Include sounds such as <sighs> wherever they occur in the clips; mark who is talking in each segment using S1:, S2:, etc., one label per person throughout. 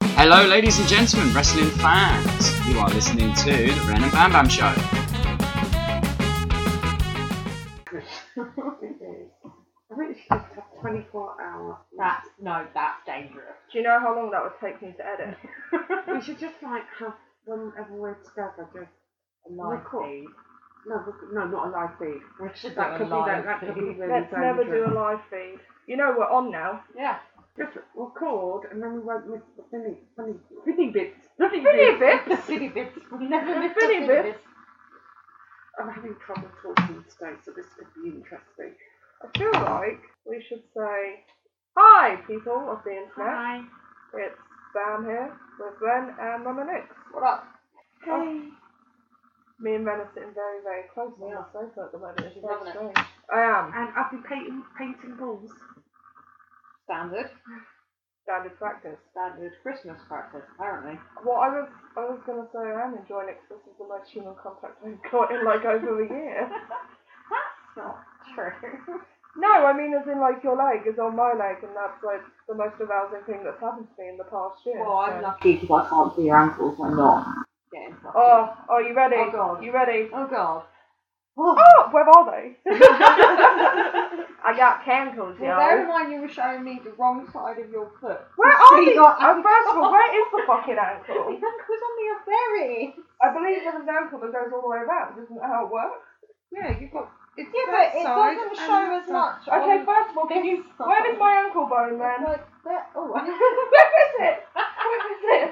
S1: Hello, ladies and gentlemen, wrestling fans. You are listening to the Ren and Bam Bam Show.
S2: I think she just have 24 hours.
S3: That's no, that's dangerous.
S4: Do you know how long that would take me to edit?
S2: We should just like have whenever we're together, just
S3: A live
S2: Cool.
S3: <laughs> feed.
S2: no, we- no, not a live feed.
S3: We should
S2: That
S3: do a
S2: could be that,
S3: live
S2: that could be
S3: feed.
S2: really
S4: Let's never do a live feed. You know we're on now.
S3: Yeah.
S2: Just record and then we won't miss the funny, funny, funny bits. Funny
S4: Finny bits.
S3: Finny bits. We never miss the
S4: Finny bits.
S2: I'm having trouble talking today, so this could be interesting.
S4: I feel like we should say hi, people of the internet.
S3: Hi.
S4: It's Bam here with Ren and Mama Nix.
S3: What up?
S2: Oh,
S4: Hey. Me and Ren are sitting very, very close on the sofa at the moment. It's
S3: Loving
S4: very
S3: it.
S4: strange. I am.
S2: And I've been painting, painting balls.
S3: Standard.
S4: Standard practice.
S3: Standard Christmas practice, apparently. <laughs>
S4: Well, I was I was gonna say I am enjoying it 'cause this is the most human contact I've got in like over a year.
S3: That's not true.
S4: No, I mean as in like your leg is on my leg, and that's like the most arousing thing that's happened to me in the past year.
S3: Well, I'm
S4: so.
S3: lucky because I can't see your ankles. I'm not getting fucked up.
S4: Oh, are you ready?
S3: Oh, God.
S4: You ready?
S3: Oh, <laughs> God.
S4: Oh, where are they? I got cankles,
S3: Well, bear in
S4: yo.
S3: mind you were showing me the wrong side of your foot.
S4: Where
S3: <laughs>
S4: are
S3: See
S4: these?
S3: your
S4: Um, first of all, where is the fucking
S3: The <laughs>
S4: ankle?
S3: ankle's on your berry.
S4: I believe there's an ankle that goes all the way around. Isn't that how it works?
S2: Yeah, you've got. It's
S3: Yeah, but it
S2: side
S3: doesn't
S2: and
S3: show
S2: that
S3: as
S2: side.
S3: much.
S4: Okay,
S3: on
S4: first of all,
S3: Oh,
S4: can
S3: this
S4: you?
S3: side.
S4: Where is my ankle bone, man? <laughs>
S3: Like that. Oh, <laughs>
S4: Where is it? Where is it?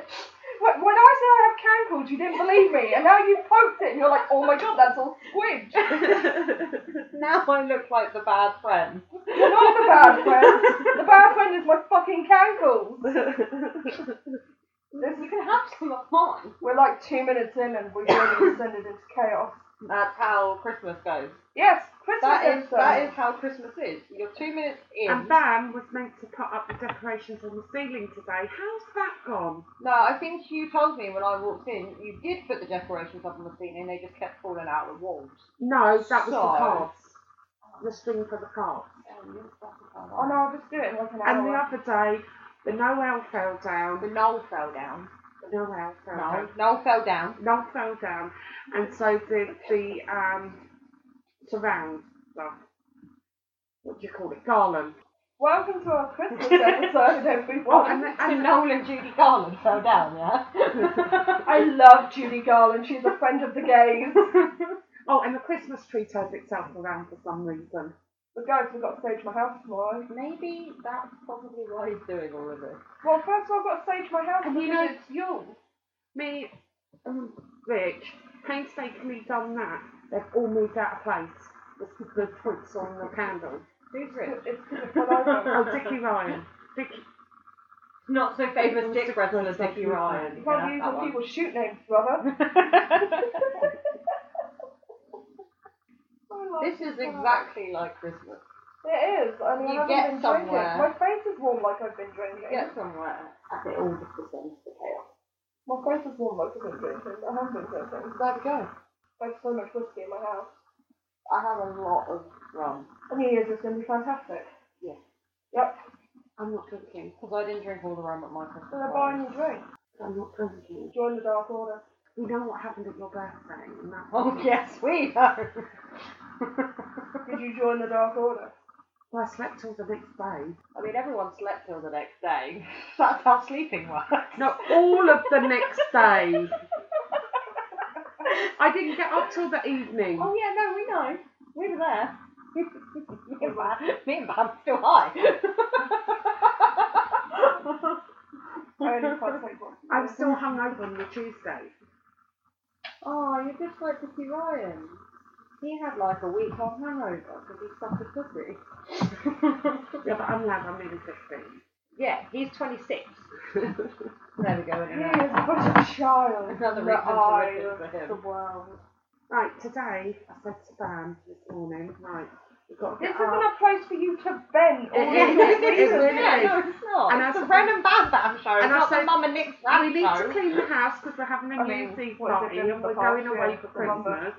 S4: Wh- When I said I have cankles, you didn't believe me, and now you've poked it, and you're like, oh my god, that's all <laughs> squidged.
S3: <laughs> now I look like the bad friend.
S4: You're not the
S3: <laughs>
S4: bad friend. The bad friend is my fucking cankles.
S3: You can have some of mine.
S4: We're like two minutes in, and we've already descended into chaos.
S3: That's how Christmas goes.
S4: Yes, Christmas
S3: That is
S4: episode.
S3: that is how Christmas is. You're two minutes in.
S2: And Bam was meant to put up the decorations on the ceiling today. How's that gone?
S3: No, I think you told me when I walked in, you did put the decorations up on the ceiling, they just kept falling out of the walls.
S2: No, that was the
S3: So-
S2: cards. The string for the cards.
S4: Oh no, I'll just do it in like an
S2: And the
S4: hour.
S2: other day, the Noel fell down.
S3: The knoll fell down.
S2: The Noel fell
S3: No,
S2: down.
S3: knoll fell down.
S2: Noel fell down, and so the the um surround stuff. What do you call it? Garland.
S4: Welcome to our Christmas
S2: <laughs>
S4: episode,
S2: Oh,
S4: everyone.
S2: and the,
S3: So
S2: and
S3: Noel and Judy Garland fell down, <laughs> yeah?
S4: I love Judy Garland. She's a friend of the gays.
S2: oh, and the Christmas tree turned itself around for some reason.
S4: The guys have got to stage my house tomorrow.
S3: <laughs> Maybe that's probably why he's doing all of this.
S4: Well, first of all, I've got to stage my house.
S2: And you
S4: because
S2: know-
S4: it's you.
S2: Me and Rich painstakingly done that. They've all moved out of place. The, the twigs on the candle.
S3: Who's
S4: It's
S3: rich?
S4: because it's all over.
S2: Oh, Dickie Ryan. Dickie.
S3: Not so famous dick wrestler as Nicky
S4: You
S3: Ryan.
S4: can't use
S3: that
S4: your
S3: one. <laughs>
S4: people's shoot names, brother.
S3: this is exactly like Christmas.
S4: Oh It is. I mean,
S3: You
S4: I haven't
S3: get
S4: been
S3: somewhere.
S4: drinking. My face is warm like I've been drinking.
S3: Get somewhere. And it all just descends to chaos.
S4: My face is warm like I've been drinking. I haven't been drinking.
S3: There we go.
S4: There's so much whiskey in my house.
S3: I have a lot of rum.
S4: The New Year's is going to be fantastic.
S2: I'm not drinking.
S3: Because I didn't drink all the rum at my Christmas.
S4: So they're
S3: party.
S4: buying you drinks.
S2: I'm not drinking.
S4: Join the Dark Order.
S2: You know what happened at your birthday? And that
S3: Oh, yes, we know. <laughs>
S4: Did you join the
S3: <laughs>
S4: Dark Order?
S2: Well, I slept all the next day.
S3: I mean, everyone slept till the next day. <laughs> That's how sleeping works.
S2: No, all of the next day. I didn't get up till the evening.
S3: <laughs> Oh yeah, no, we know. We were there. <laughs> me and Bam, me and Bam still high. <laughs>
S4: I only can't take one.
S2: I was still hungover on the Tuesday.
S3: oh, you're just like Dickie Ryan. He had like a week long hangover because he sucked a pussy.
S2: Yeah, but I'm glad I'm nearly 15.
S3: <laughs> yeah, he's 26. <laughs> there we go.
S4: He
S3: Anyway.
S4: is such a child.
S3: Another
S4: in
S3: reason to
S4: the eye
S3: listen
S4: of
S3: to him.
S4: the world.
S2: Right, today, I said to Bam this morning, right, we've got to
S4: This
S2: get
S4: isn't
S2: up.
S4: a place for you to
S2: It
S4: bend. all
S2: is,
S4: these
S2: it
S4: reasons.
S2: really
S3: yeah,
S2: is.
S3: no, it's not.
S2: And
S3: it's
S2: I said-
S3: the Ren and Bam Bam show,
S2: and I
S3: not
S2: said-
S3: the Mum and Nick's Ram
S2: we need
S3: show. <laughs>
S2: to clean the house because we're having a New
S4: I mean,
S2: Year's Eve
S4: Oh, what has it
S2: party and we're going
S4: done for the past
S2: away
S4: year?
S2: for
S4: The number-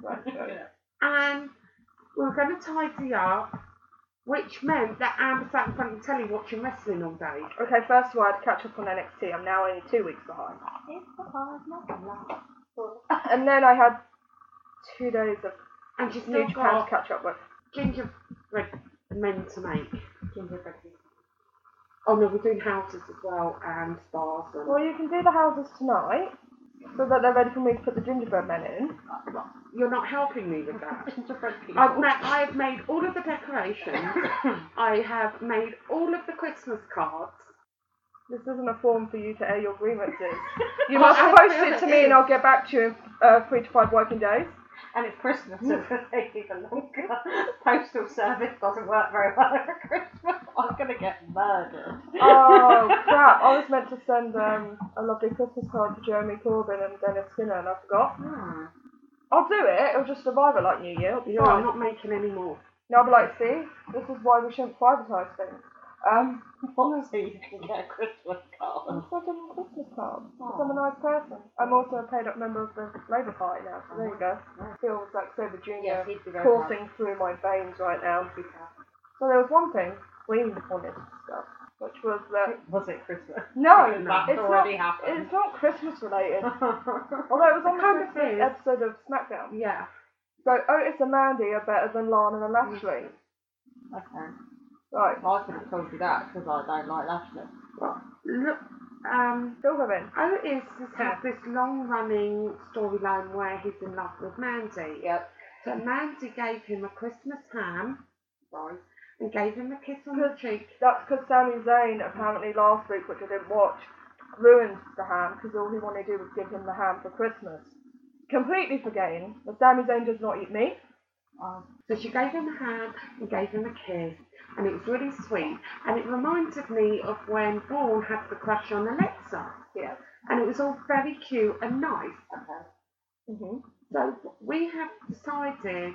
S2: <laughs> Christmas. And we we're going to tidy up which meant that Amber sat in front of the telly watching wrestling all day.
S4: Okay, first of all, I had to catch up on NXT. I'm now only two weeks behind.
S3: It's the hard not
S4: <laughs> And then I had two days of
S2: And she's
S4: New
S2: still
S4: Japan
S2: got
S4: to catch up with.
S2: gingerbread men to make. Gingerbread people. Oh no, we're doing houses as well and spas and
S4: Well, you can do the houses tonight so that they're ready for me to put the gingerbread men in.
S2: you're not helping me with
S3: <laughs>
S2: that.
S3: Gingerbread people.
S2: I've, ma- I've made all of the decorations. I have made all of the Christmas cards.
S4: This isn't a form for you to air your
S2: <laughs>
S4: grievances. You
S2: Oh,
S4: must
S2: actually,
S4: post it to
S2: it
S4: me
S2: is.
S4: and I'll get back to you in uh, three to five working days.
S3: And it's Christmas, so it's going <laughs> to take even longer. Postal service doesn't work very well over Christmas. <laughs> I'm going to get murdered.
S4: Oh <laughs> crap! I was meant to send um, a lovely Christmas card to Jeremy Corbyn and Dennis Skinner, and I forgot.
S3: <laughs> Hmm.
S4: I'll do it. It'll just survive it like New Year. It'll be
S2: No, I'm
S4: fine.
S2: not making any more.
S4: And I'll be like, see, this is why we shouldn't privatise things. Um,
S3: Honestly, you can get a Christmas
S4: I'm
S3: card.
S4: sending a Christmas card. 'cause I'm a nice person. I'm also a paid-up member of the Labour Party now, so there you go. Feels like Sober Junior
S3: he'd be
S4: coursing through my veins right now. So there was one thing we wanted to discuss, which was that
S3: Was it Christmas?
S4: no,
S3: Because
S4: it's
S3: that's
S4: not.
S3: already happened.
S4: It's not Christmas related. Although it was on the
S2: Kind of
S4: Christmas
S2: is.
S4: episode of SmackDown.
S2: Yeah.
S4: So oh, Otis and Mandy are better than Lana and Lashley.
S3: <laughs> okay.
S4: Right,
S3: I could have told you that because I don't like Lashley.
S2: Look, um,
S4: still going.
S2: Otis has had this long running storyline where he's in love with Mandy.
S3: Yep.
S2: So Mandy gave him a Christmas ham, right, and gave him a kiss on the cheek.
S4: That's because Sami Zayn apparently last week, which I didn't watch, ruined the ham because all he wanted to do was give him the ham for Christmas. Completely forgetting that Sami Zayn does not eat meat.
S3: Um,
S2: So she gave him a ham and gave him a kiss, and it was really sweet. And it reminded me of when Bourne had the crush on Alexa,
S4: Yeah.
S2: and it was all very cute and nice.
S3: okay.
S4: hmm
S2: So we have decided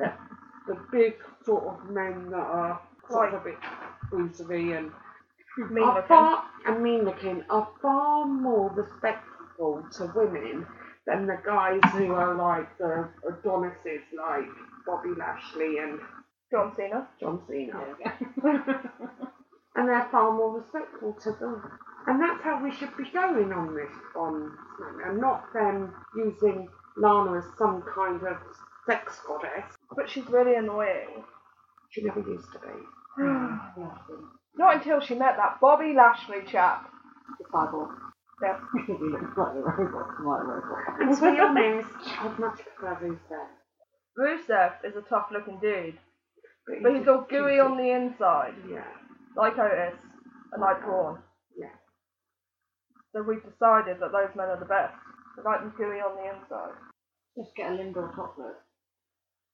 S2: that the big sort of men that are quite a bit boozery and
S4: Mean
S2: are
S4: looking.
S2: far and mean looking are far more respectful to women than the guys who are like the Adonises like Bobby Lashley and
S4: John Cena.
S2: John Cena.
S3: There you
S2: And they're far more respectful to them. And that's how we should be going on this on SmackDown, not them using Lana as some kind of sex goddess.
S4: But she's really annoying.
S2: She never used
S4: <sighs>
S2: to be.
S3: go. Lashley.
S4: Not until she met that Bobby Lashley chap.
S3: The cyborg.
S4: Yeah.
S3: he looks like a robot. My robot.
S2: And to be honest, I'd much prefer Rusev.
S4: Rusev is a tough looking dude, but he's
S2: a
S4: all gooey
S2: cutie.
S4: on the inside,
S2: Yeah,
S4: like Otis and like Braun.
S2: yeah.
S4: <laughs> So we've decided that those men are the best. We like them gooey on the inside.
S3: Just get a Lindor chocolate.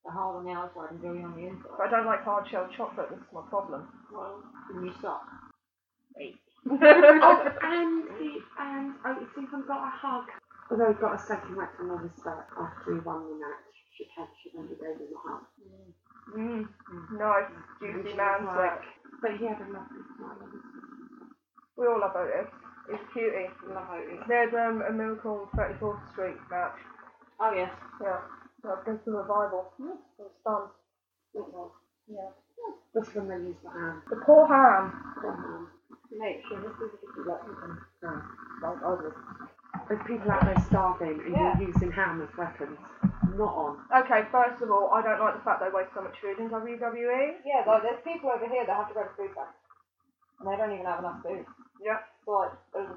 S3: The hard on the outside and gooey on the
S4: But I
S3: inside.
S4: don't like hard shell chocolate, this is my problem.
S3: <laughs> Well, then you suck. Wait.
S2: Oh, and he and oh, he's even got a hug. Although he got a second wet from all this back after he won the match. She had she only gave him a hug.
S4: mm. Nice,
S2: And she
S4: juicy man
S2: was
S4: sweat.
S2: But he had a lovely smile on his
S4: We all love Otis. He's a cutie.
S2: face. Love Otis.
S4: There's um, a Miracle on 34th Street match.
S3: Oh yes.
S4: Yeah. That was the revival. It was fun.
S2: It was.
S4: Yeah.
S2: That's when they used the hand.
S4: The poor ham.
S2: the hand.
S3: Mate, so this is if you like you can like
S2: There's people out there starving and
S4: Yeah.
S2: you're using ham as weapons. Not on.
S4: Okay, first of all, I don't like the fact they waste so much food in E. WWE.
S3: Yeah, like there's people over here that have to go to food banks. And they don't even have enough food.
S4: Yeah.
S3: So like there's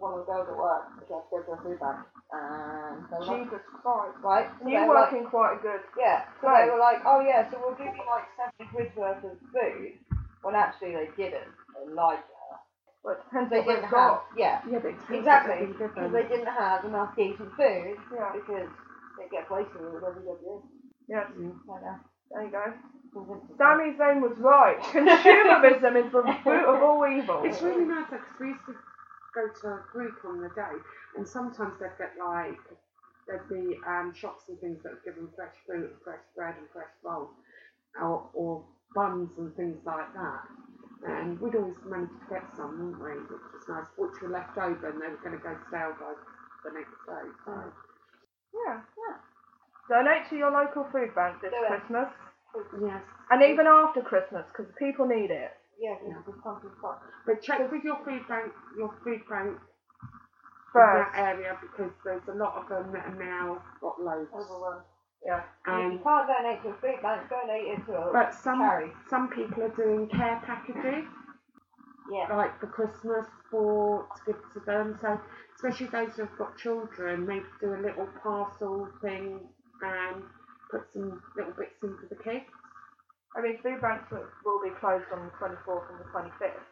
S3: one of the girls at work, she has to go to a food bank. And they were like,
S4: Jesus Christ.
S3: right? So
S4: You
S3: they were
S4: work
S3: like,
S4: in quite a good.
S3: yeah. So they were like, Oh yeah, so we'll give you like seventy quid's worth of food when actually they didn't. They lied to her.
S4: Well, it depends
S3: They
S4: what they've
S3: didn't
S4: got.
S3: have yeah.
S2: Yeah, but it's
S3: Exactly.
S2: it's
S3: Because
S2: different.
S3: they didn't have enough decent food
S4: Yeah.
S3: because they get wasted with WWE.
S4: Yes.
S2: Mm.
S3: So now,
S4: There you go.
S3: convinced of
S4: Sami Zayn was right. <laughs> Consumerism
S3: <laughs>
S4: is the root of all evil.
S2: It's really nice because we used to go to a group on the day, and sometimes they'd get like there'd be um, shops and things that would give them fresh fruit, and fresh bread, and fresh rolls, or, or buns and things like that. And we'd always manage to get some, wouldn't we? Which was nice, which were left over, and they were going to go stale by the next day. So
S4: Yeah.
S3: Yeah.
S4: Donate to your local food bank this
S3: Do it.
S4: Christmas.
S2: Yes.
S4: And even after Christmas, because people need it.
S3: Yeah, because it's something quite.
S2: But check with your food bank, your food bank
S4: First,
S2: in that area because there's a lot of them that are now got loads.
S3: Overrun.
S4: yeah.
S3: If
S2: And
S3: you can't donate to a food bank, donate it to a
S2: but some
S3: charity.
S2: some people are doing care packages
S3: Yeah.
S2: like for Christmas for to give to them. So especially those who've got children, they do a little parcel thing and put some little bits in for the kids.
S4: I mean, food banks will, will be closed on the 24th and the 25th.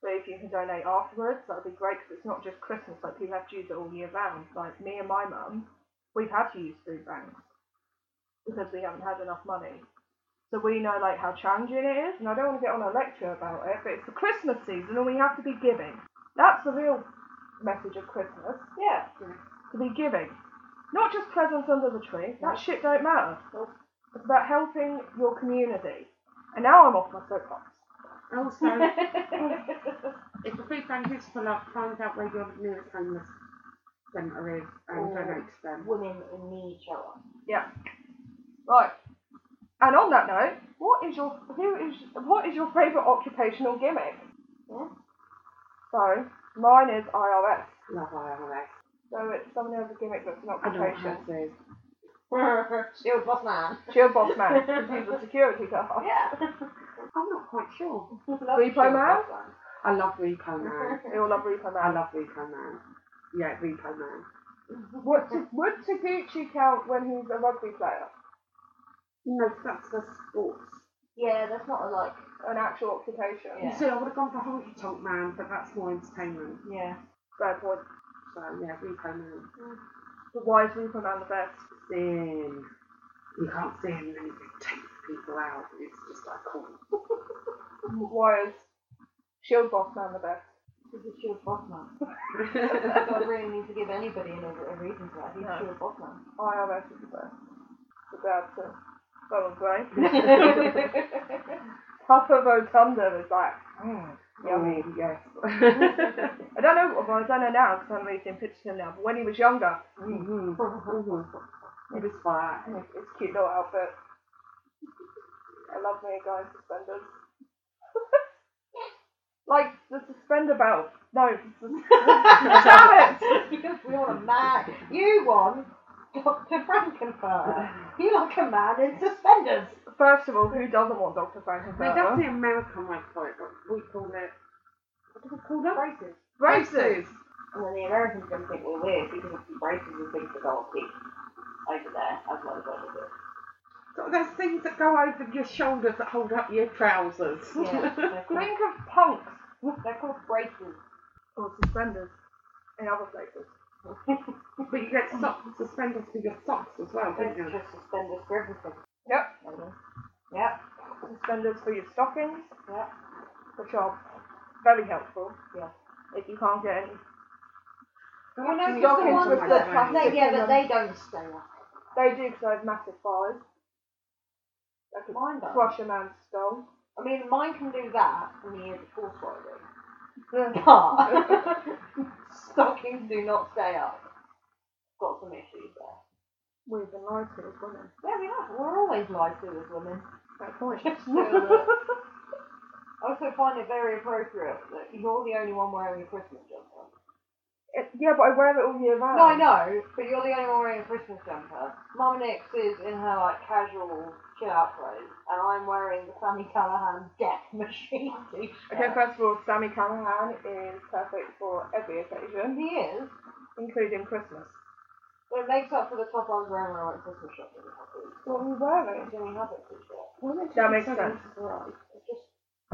S4: But if you can donate afterwards, that would be great because it's not just Christmas, like people have to use it all year round. Like me and my mum, we've had to use food banks because we haven't had enough money. So we know like how challenging it is, and I don't want to get on a lecture about it, but it's the Christmas season and we have to be giving. That's the real message of Christmas,
S3: Yeah.
S4: to be giving. Not just presents under the tree, that shit don't matter. It's about helping your community. And now I'm off my soapbox.
S2: Also, <laughs>
S3: <laughs>
S2: if the food bank is full up, find out where your nearest homeless centre is and
S3: Or
S2: donate to them.
S3: Women in need show up.
S4: Right. And on that note, what is your who is what is your favourite occupational gimmick?
S3: Yeah.
S4: So mine is IRS.
S2: Love IRS.
S4: So it's someone who has a gimmick that's an
S2: I don't
S4: occupation.
S2: have to.
S3: Shield boss man.
S4: Shield boss man, because he's a security guard.
S3: <laughs> Yeah.
S2: I'm not quite sure.
S4: Repo Man?
S2: I love Repo Man. <laughs>
S4: We all love Repo
S2: I
S4: Man.
S2: love Repo Man. Yeah, Repo Man.
S4: Would, would Taguchi count when he's a rugby player?
S2: No, that's the sports.
S3: <laughs> Yeah, that's not a like.
S4: An actual occupation?
S3: Yeah.
S2: You see, I would have gone for Honky Tonk Man, but that's more entertainment.
S3: Yeah.
S4: Fair point.
S2: So yeah, Repo Man.
S4: But why is Repo Man the best?
S2: Sin. You can't see him, and then he takes people out. It's just like cool.
S4: Why is Shield boss man the best?
S3: He's a shield boss <laughs> man. <laughs> so I really need to give anybody an- a reason for that. He's
S4: No.
S3: a shield boss <laughs> man.
S4: IRS is the best. The dad to go on break. Papa Rotunda is like, mm, yummy.
S2: Oh,
S3: <laughs>
S2: yes.
S4: I don't know, well, I don't know now because I haven't really seen pictures of him now, but when he was younger, mm,
S2: Mhm. Mhm. It was fire.
S4: it's it's a cute little outfit. I love me a guy in suspenders. <laughs> like the suspender belt. No, <laughs> the sus- damn it!
S3: because we want a man. You want Dr. Frankenfurter. You like a man in suspenders.
S4: First of all, who doesn't want Dr.
S2: Well, that's
S4: Frankenfurter?
S2: the American way for it, but we call it. What do we call that?
S3: Braces.
S4: Braces!
S3: And then the Americans are going to think we're weird because of the braces and things that are big over there as well as over here.
S2: So there's things that go over your shoulders that hold up your trousers.
S3: Yeah, <laughs>
S2: <laughs>
S3: they're called,
S4: Think of punks
S3: they're called braces.
S4: or suspenders in other places.
S2: but you get socks, suspenders for your socks as well,
S3: They're
S2: don't you?
S3: just suspenders for everything.
S4: Yep.
S3: Maybe. Yep,
S4: suspenders for your stockings,
S3: yep.
S4: which are very helpful.
S3: Yeah.
S4: If you can't get any,
S3: Well, no,
S4: Stockings
S3: because the ones
S4: with
S3: that,
S4: the plastic
S3: they, yeah,
S4: in
S3: but
S4: them.
S3: they don't stay up.
S4: they do because I have massive thighs. I could
S3: Mine don't.
S4: crush a man's skull.
S3: I mean, mine can do that and the year before swallowing.
S4: Ugh.
S3: But <laughs> stockings do not stay up. Got some issues there.
S4: We've been lied to as women.
S3: Yeah, we are. We're always lied to as women. <laughs>
S4: Fair point.
S3: Just know that. <laughs> uh, I also find it very appropriate that you're the only one wearing a Christmas jumper.
S4: It- yeah, but I wear it all year round.
S3: No, I know, but you're the only one wearing a Christmas jumper. Mum Nix is in her like casual chill out clothes, and I'm wearing the Sammy Callahan Death <laughs> Machine t-shirt.
S4: Okay, first of all, Sammy Callahan is perfect for every occasion,
S3: He is.
S4: including Christmas.
S3: But it makes up for the top I was wearing when I went Christmas shopping.
S4: What are you wearing?
S3: Jimmy Havoc t-shirt.
S4: That makes sense.
S3: Right. It's just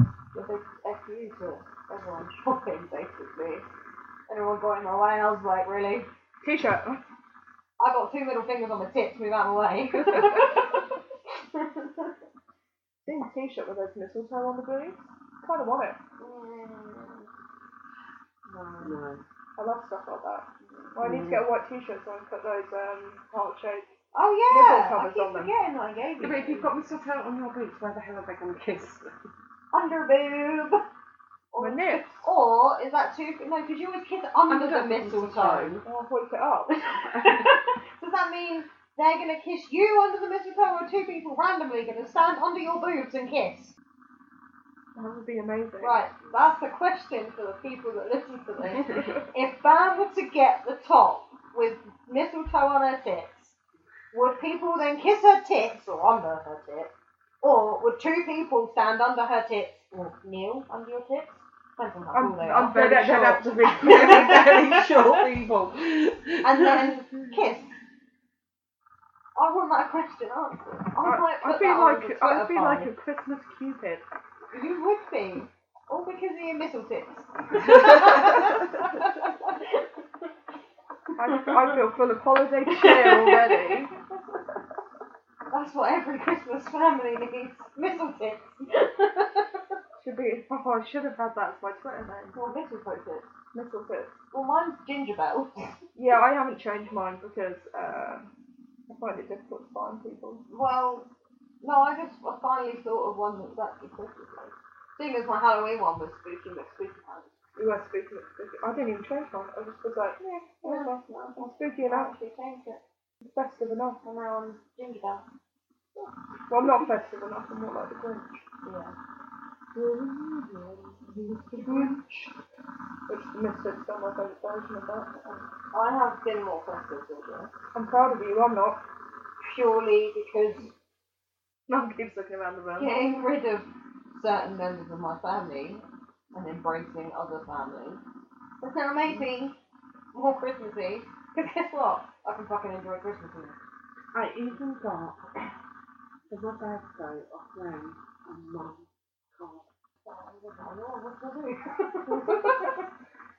S3: a big FU to everyone <laughs> shopping, basically. Anyone got in my way, I was like, really?
S4: T-shirt.
S3: I got two middle fingers on my tits, move out of my way. <laughs>
S4: Seeing a T-shirt with those mistletoe on the boobs. Kind of want it.
S3: no.
S2: No.
S4: I love stuff like that. Mm. Well, I need to get a white t-shirt so I can put those um, heart shaped.
S3: Oh
S4: Nipple
S3: yeah, I
S4: covers
S3: keep
S4: on them.
S3: forgetting that I gave
S2: Yeah, but if you've
S3: you.
S2: got mistletoe on your boots, where the hell are they going to kiss?
S3: Underboob.
S4: My nips.
S3: Or is that too? No, because you always kiss under,
S2: Under
S3: the
S2: the
S3: mistletoe.
S2: mistletoe.
S4: I'll hoist it up.
S3: <laughs> Does that mean They're gonna kiss you under the mistletoe, or two people randomly gonna stand under your boobs and kiss.
S4: <laughs> That would be amazing.
S3: Right, that's a question for the people that listen to
S4: <laughs>
S3: this. if Bam were to get the top with mistletoe on her tits, would people then kiss her tits or under her tits? Or would two people stand under her tits or kneel under your tits? Depends on how
S4: I'm,
S3: tall they are.
S4: I'm Oh, very
S2: that,
S4: sure.
S2: that
S4: <laughs>
S2: have to be very, very short people.
S3: And
S4: <laughs>
S3: then kiss. I want that question answered. I might
S4: I,
S3: put
S4: I feel
S3: that on the
S4: like
S3: Twitter
S4: I feel like
S3: bio.
S4: a Christmas cupid.
S3: You would be. All because of your missile tips.
S4: I, I feel full of holiday cheer already.
S3: That's what every Christmas family needs. Missile tips.
S4: Should be oh, I should have had that as my Twitter name.
S3: Well, mistletoe tips.
S4: Missile tips.
S3: Well, mine's ginger bells.
S4: Yeah, I haven't changed mine because uh, I find it difficult to find people.
S3: Well, no, I just I finally thought of one that's actually Christmas based. Seeing as my Halloween one was spooky, but spooky house.
S4: You were spooky. spooky. I didn't even change mine. I just was like, yeah, whatever. I'm
S3: I
S4: spooky enough.
S3: actually changed it.
S4: Festive enough.
S3: And now I'm ginger bell.
S4: Well, I'm not festive enough. I'm more like the Grinch.
S3: Yeah.
S4: Which the misfits are my favourite version of that.
S3: I have been more festive this year.
S4: I'm proud of you. I'm not.
S3: Purely because
S4: Mum keeps looking around the room.
S3: getting rid of certain members of my family and embracing other families has now made me more Christmassy. Because guess what? I can fucking enjoy Christmas
S4: <laughs>
S3: now.
S2: I even got for my birthday off them a mum card.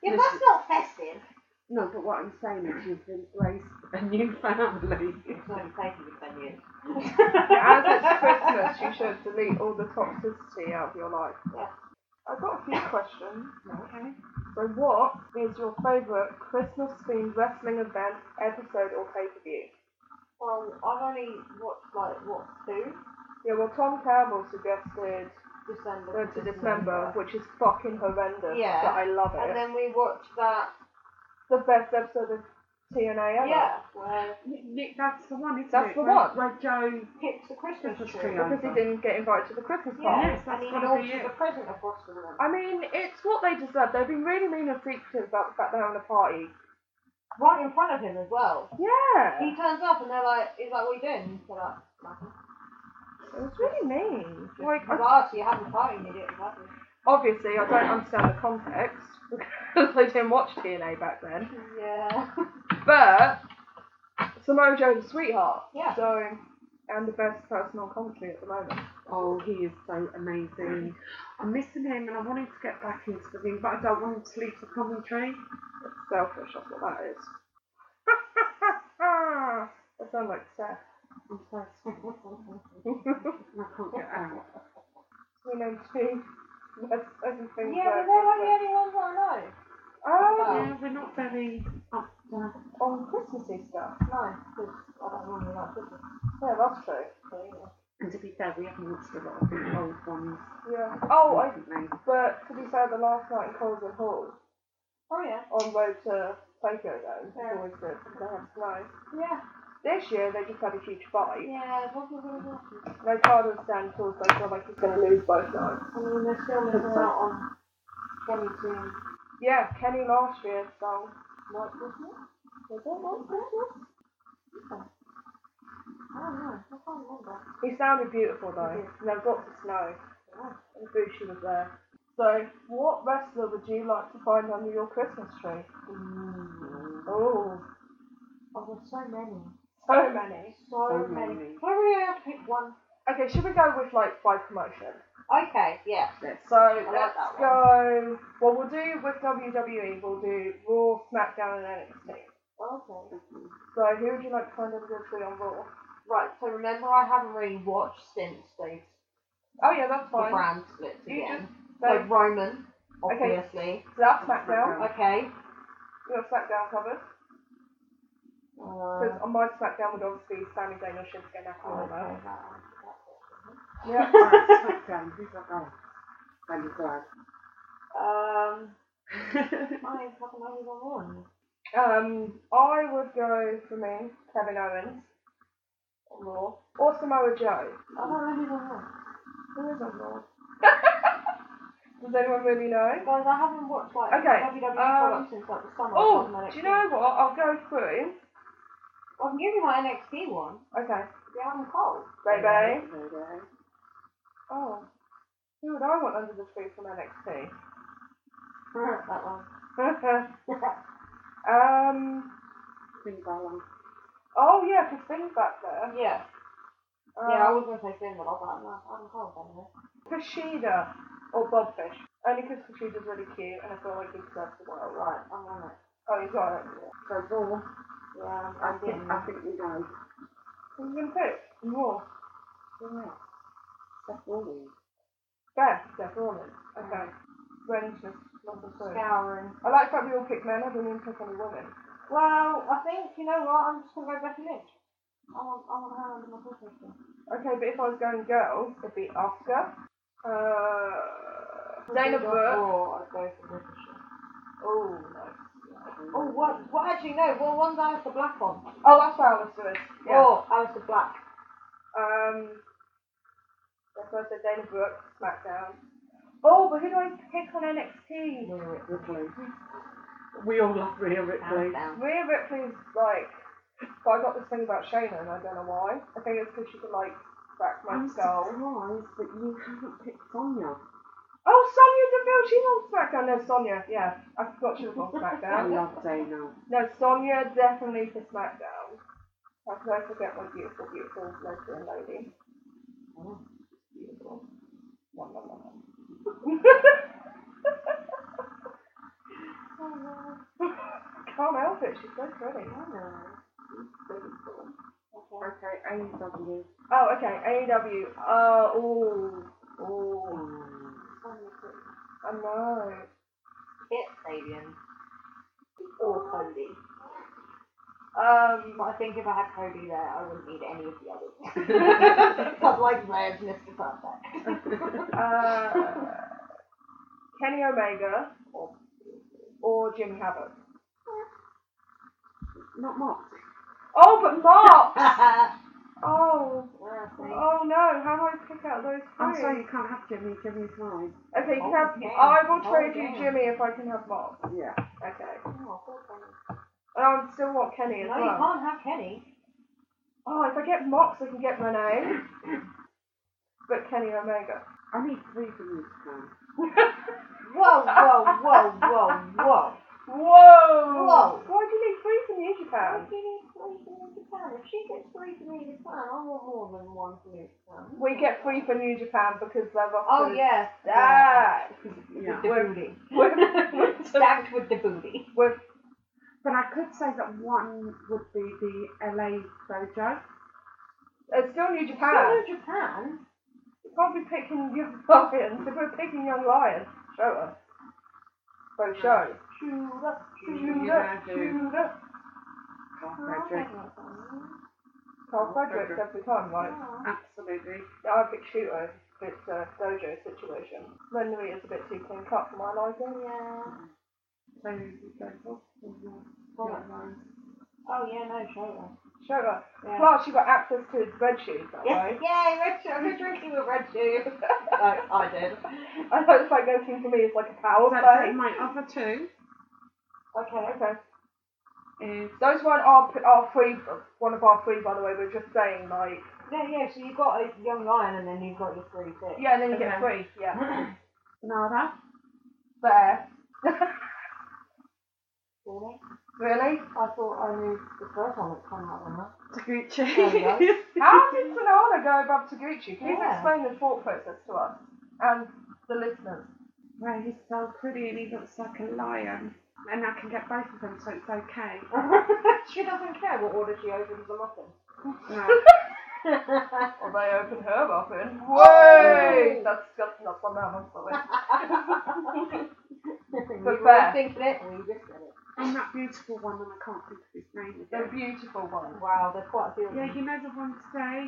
S3: yeah, that's not festive.
S2: No, but what I'm saying is you've embraced a new
S4: <laughs>
S2: family.
S3: It's only taken me ten years.
S4: As it's
S3: <laughs>
S4: Christmas, you should delete all the toxicity out of your life.
S3: Yeah.
S4: I've got a few questions.
S2: Okay.
S4: So, what is your favourite Christmas themed wrestling event, episode, or pay per view?
S3: Well, I've only watched like what two
S4: Yeah, well, Tom Campbell suggested
S3: December.
S4: Went to December, which is fucking horrendous,
S3: Yeah.
S4: but I love it.
S3: And then we watched that.
S4: the best episode of TNA ever.
S3: Yeah, where
S2: That's the one, isn't
S4: That's
S2: it?
S4: the
S2: Where-
S4: one.
S2: Where Joe
S3: it's the Christmas
S2: Christmas
S3: tree.
S2: tree.
S4: Because he didn't get invited to the Christmas
S3: Yeah,
S4: party.
S2: Yes, that's
S3: and he
S2: gotta
S3: launched
S2: be it.
S3: the present across the room.
S4: I mean, it's what they deserve. They've been really mean and secretive about the fact they're having a party.
S3: Right in front of him as well.
S4: Yeah.
S3: He turns up and they're like, he's like, what are you doing? And He's like, nothing.
S4: It was really mean. Like,
S3: He's
S4: I,
S3: like, oh, so you're having a party and you didn't have it.
S4: obviously, I don't understand the context because <laughs> I didn't watch TNA back then.
S3: <laughs> Yeah.
S4: But Samoa Joe's a sweetheart.
S3: Yeah.
S4: So, and the best personal commentary at the moment.
S2: Oh, he is so amazing. I'm missing him and I wanted to get back into the thing, but I don't want him to leave the commentary.
S4: It's selfish, that's what that is. <laughs> I sound like Seth. <laughs>
S2: I'm so sorry. I can't get out.
S4: We know two best everything.
S3: yeah, but
S4: works
S3: they're like the only ones that I know.
S4: Oh,
S2: Yeah, we're not very up to
S4: on Christmassy stuff.
S3: No, because I don't normally like Christmas.
S4: Yeah, that's true.
S3: So, yeah.
S2: And to be fair, we haven't watched a lot of the old ones
S4: Yeah. Oh, I.
S2: recently.
S4: But to be fair, the last night in Colvin Hall
S3: Oh, yeah.
S4: on road to Tokyo though is
S3: Yeah.
S4: always good because they have snow.
S3: Yeah.
S4: This year they just had a huge fight.
S3: Yeah, it wasn't really good.
S4: My father stands towards they feel like he's going to lose both nights.
S3: I mean, they're still missing out on Kenny Team.
S4: Yeah, Kenny last year so
S3: Like Christmas?
S4: They don't want
S3: I
S4: Christmas.
S3: don't know. I can't remember.
S4: He sounded beautiful though.
S3: He did.
S4: And there was lots of snow.
S3: Yeah.
S4: And Bushi was there. So, what wrestler would you like to find under your Christmas tree?
S3: Mm.
S4: Oh,
S3: Oh, there's so many.
S4: so many.
S3: So,
S2: So
S3: many.
S2: many.
S3: Can I really have to pick one?
S4: Okay, should we go with like by promotion?
S3: Okay, yeah.
S2: Let's
S4: So
S3: like
S4: let's
S3: that one.
S4: go. Well, we'll do with WWE. We'll do Raw, SmackDown, and NXT.
S3: Okay.
S4: So who would you like to find under your tree on Raw?
S3: Right, so remember I haven't really watched since they
S4: Oh yeah, that's
S3: the
S4: fine.
S3: brand splits
S4: You
S3: again.
S4: So,
S3: So Roman,
S4: Okay.
S3: obviously.
S4: so that's SmackDown.
S3: Okay.
S4: We got SmackDown covered because
S3: Uh,
S4: on my SmackDown would obviously be Sami Zayn or Shinsuke
S3: oh, okay,
S4: Nakamura.
S3: that one. <laughs>
S4: Yeah.
S2: <laughs> Alright, smack down. Who's that guy? Danny
S4: <laughs>
S3: Um,
S2: Bryan.
S3: I fucking know who's on one.
S4: Um, I would go for me Kevin Owens.
S3: Raw.
S4: Or Samoa Joe.
S3: I don't really know.
S4: Who is on Raw? Does anyone really know?
S3: Guys, I haven't watched like
S4: Okay,
S3: WWE
S4: um,
S3: products since like the summer. I've done
S4: Oh,
S3: NXT.
S4: do you know what? I'll go through.
S3: I'll give you my NXT one.
S4: Okay.
S3: They haven't cold.
S4: Bebe.
S2: Bebe.
S4: Oh. Who would I want under the tree from NXT?
S3: <laughs> that one.
S4: <laughs>
S3: <laughs>
S4: um.
S2: Think about long.
S4: Oh yeah, because Finn's back there.
S3: yeah.
S4: Um,
S3: yeah, I was going to say Finn, but I was like, no, I haven't cold anyway.
S4: Kushida or Bobfish. Only because Kushida's really cute and I feel like he deserves the world.
S3: Right, I'm on it.
S4: Oh, he's on it.
S2: So Raw,
S3: Yeah, I'm,
S2: I
S3: I'm
S2: think,
S3: getting
S2: I
S3: it.
S2: think we go.
S4: Who you going to pick? Raw.
S2: Who else? Seth Rollins.
S4: Beth. Seth Rollins. Okay. Ren's just number three.
S3: Scouring.
S4: I like that we all pick men. I didn't even pick any women.
S3: Well, I think, you know what, I'm just going to go Becky Lynch. I want, I want her under my pussy.
S4: Okay, but if I was going girls, it'd be Oscar. Uh, Dana Brooke.
S3: Or I'd go for Ricochet.
S4: Oh, nice.
S3: Oh, what? Well, actually, no. Well, one's Alistair Black on.
S4: Oh, that's what Alice was. Yeah.
S3: Or Alistair Black.
S4: Um, that's why I said Dana Brooke, SmackDown. Oh, but who do I pick on NXT?
S2: Ripley. We all love Rhea Ripley.
S3: Down.
S4: Rhea Ripley's like, but I got this thing about Shayna and I don't know why. I think it's because she could like crack my
S2: I'm
S4: skull.
S2: surprised that you haven't picked Sonya.
S4: Oh, Sonya Deville, she's on SmackDown. No, Sonya, yeah. I forgot she was
S2: I
S4: on SmackDown.
S2: love Dana.
S4: No, Sonya definitely for SmackDown. How could I forget my beautiful, beautiful lesbian lady? Beautiful. Nom, nom, nom, <laughs> nom. Oh, <laughs> Can't help it, she's so pretty.
S2: Okay, AEW.
S4: Oh, okay, AEW. Uh, ooh. Ooh.
S2: Um,
S4: I know.
S3: It's Fabian. Or Cody.
S4: Um,
S3: But I think if I had Cody there, I wouldn't need any of the others. But like, there's Mr. Perfect.
S4: uh, Kenny Omega or, or Jimmy Havoc.
S2: <laughs> not Mark.
S4: Oh, but Mark!
S3: Ah,
S4: oh.
S3: see?
S4: Oh no, how do I pick out those
S2: I'm
S4: three?
S2: sorry you can't have Jimmy. Jimmy's mine.
S4: Okay, you
S3: Oh,
S4: can have,
S3: damn.
S4: I will
S3: Oh,
S4: trade you
S3: damn.
S4: Jimmy if I can have Mark.
S2: Yeah.
S4: Okay.
S3: Oh, I thought Kenny.
S4: And I would still want Kenny as
S3: No, you
S4: well.
S3: can't have Kenny.
S4: Oh, if I get Mox, I can get Renee.
S3: <laughs>
S4: but Kenny Omega.
S2: I need three from you to come.
S3: Whoa, whoa, whoa, whoa, whoa.
S4: Whoa!
S3: Whoa.
S4: Why do you need three from New
S3: Why
S4: Japan?
S3: do you need three from New Japan? If she gets three from New Japan, I want more than one from New Japan.
S4: We get three from New Japan because they're off
S3: Oh
S4: to-
S3: yes, <laughs>
S4: Ah!
S2: Yeah.
S3: With the booty.
S4: We're- we're-
S3: <laughs> Stacked with the booty.
S4: With,
S2: But I could say that one would be the LA Dojo.
S4: it's still
S3: Go
S4: New Japan.
S3: to Japan.
S4: You can't be picking <laughs> Young Lions. If we're picking Young Lions, show us. So show.
S3: Shoot up, shoot
S4: Shoot
S3: up.
S4: up, shoot up.
S2: Carl
S3: Oh,
S2: Frederick.
S4: Carl Fredericks every time, like,
S3: Oh,
S2: Absolutely.
S4: I pick shooter, it's a dojo situation. Renly is a bit too clean cut for my liking.
S3: yeah.
S2: So you go oh, yeah.
S3: Well, Oh yeah, no, show them.
S4: Shooter.
S3: Yeah.
S4: Plus, you got access to his red shoes that
S3: Yes,
S4: way.
S3: yay, red shoe. I'm drinking with red shoe. <laughs> like I did. <laughs>
S4: I know it's like nothing for me is like a power
S2: So, so
S4: play.
S2: my other two
S3: Okay.
S4: Okay.
S2: is
S4: Those weren't our, our three, one of our three, by the way. We're just saying, like,
S3: Yeah, yeah. So you got a young lion, and then you've got your three six.
S4: yeah, and then you get
S2: Okay.
S4: three. Yeah.
S2: Nada.
S4: There. <laughs>
S3: Really?
S4: really?
S3: I thought I knew the first one that come out on that. There
S2: Taguchi.
S3: you
S4: How <laughs> did Sonana go above Taguchi? Please
S3: Yeah.
S4: explain the thought process to us and the listeners.
S2: Where he's so pretty and he looks like a lion. And I can get both of them, so it's okay.
S3: <laughs> she doesn't care what order she opens them up in.
S2: No.
S4: Or they open her up in.
S3: Oh.
S4: Whoa! That's disgusting. That's one that one's <laughs>
S3: <laughs>
S4: sorry.
S3: we
S4: fair.
S3: were thinking it, and we just did it.
S2: and that beautiful one, and I can't think of his name
S4: The
S2: again.
S4: beautiful one.
S3: Wow, there's quite a few of
S2: Yeah,
S3: them.
S2: you know the one today?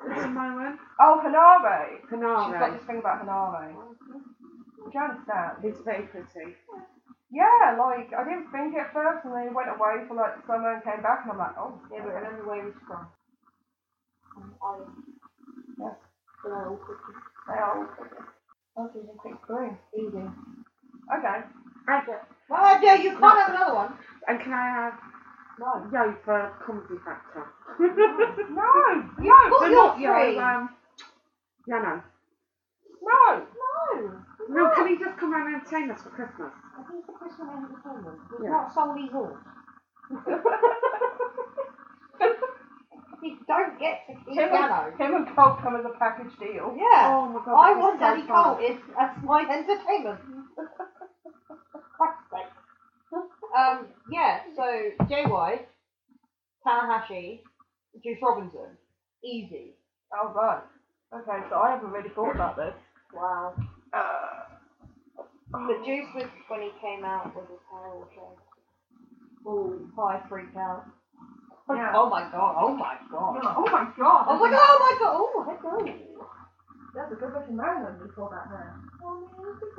S2: The Samoan?
S4: Oh, Hanare. She's got
S2: Panara.
S4: this thing about Hanare. Do you understand?
S2: He's very pretty.
S4: Yeah, like, I didn't think it first and then he went away for like the summer and came back and I'm like, oh.
S3: Yeah, but remember where he's from. Um, I, yes, they're all cookies.
S4: They are all cookies.
S3: I'll do the quick green. Easy.
S4: Okay.
S3: No idea, you can't have another one.
S2: And can I have
S3: No.
S2: yo for comedy factor?
S4: No, no,
S3: Well,
S2: But
S3: you're
S2: not yo.
S3: free.
S2: Um, yeah, no.
S3: <laughs>
S4: no.
S3: No.
S2: No, can he just come round and entertain us for Christmas?
S3: I think the Christmas entertainment. It's
S2: Yeah.
S3: not solely yours. You don't get to keep
S4: Him
S3: yellow.
S4: and, him and Colt come as a package deal.
S3: Yeah.
S2: Oh my god.
S3: I
S2: that
S3: want
S2: was so
S3: Daddy
S2: fun.
S3: Colt. It's, that's my entertainment. <laughs> Christ's sake. Um, yeah, so JY, Tanahashi, Juice Robinson. Easy.
S4: Oh, right. Okay, so I haven't really thought about this.
S3: Wow.
S4: Uh,
S3: The Juice was when he came out with his hair all shaved. Ooh, high freak <laughs> out.
S4: Yeah.
S3: Oh my god, oh my god.
S4: oh my god.
S3: I was like, oh my god, oh, hello.
S4: That's a good looking man when we saw that man.
S3: Oh,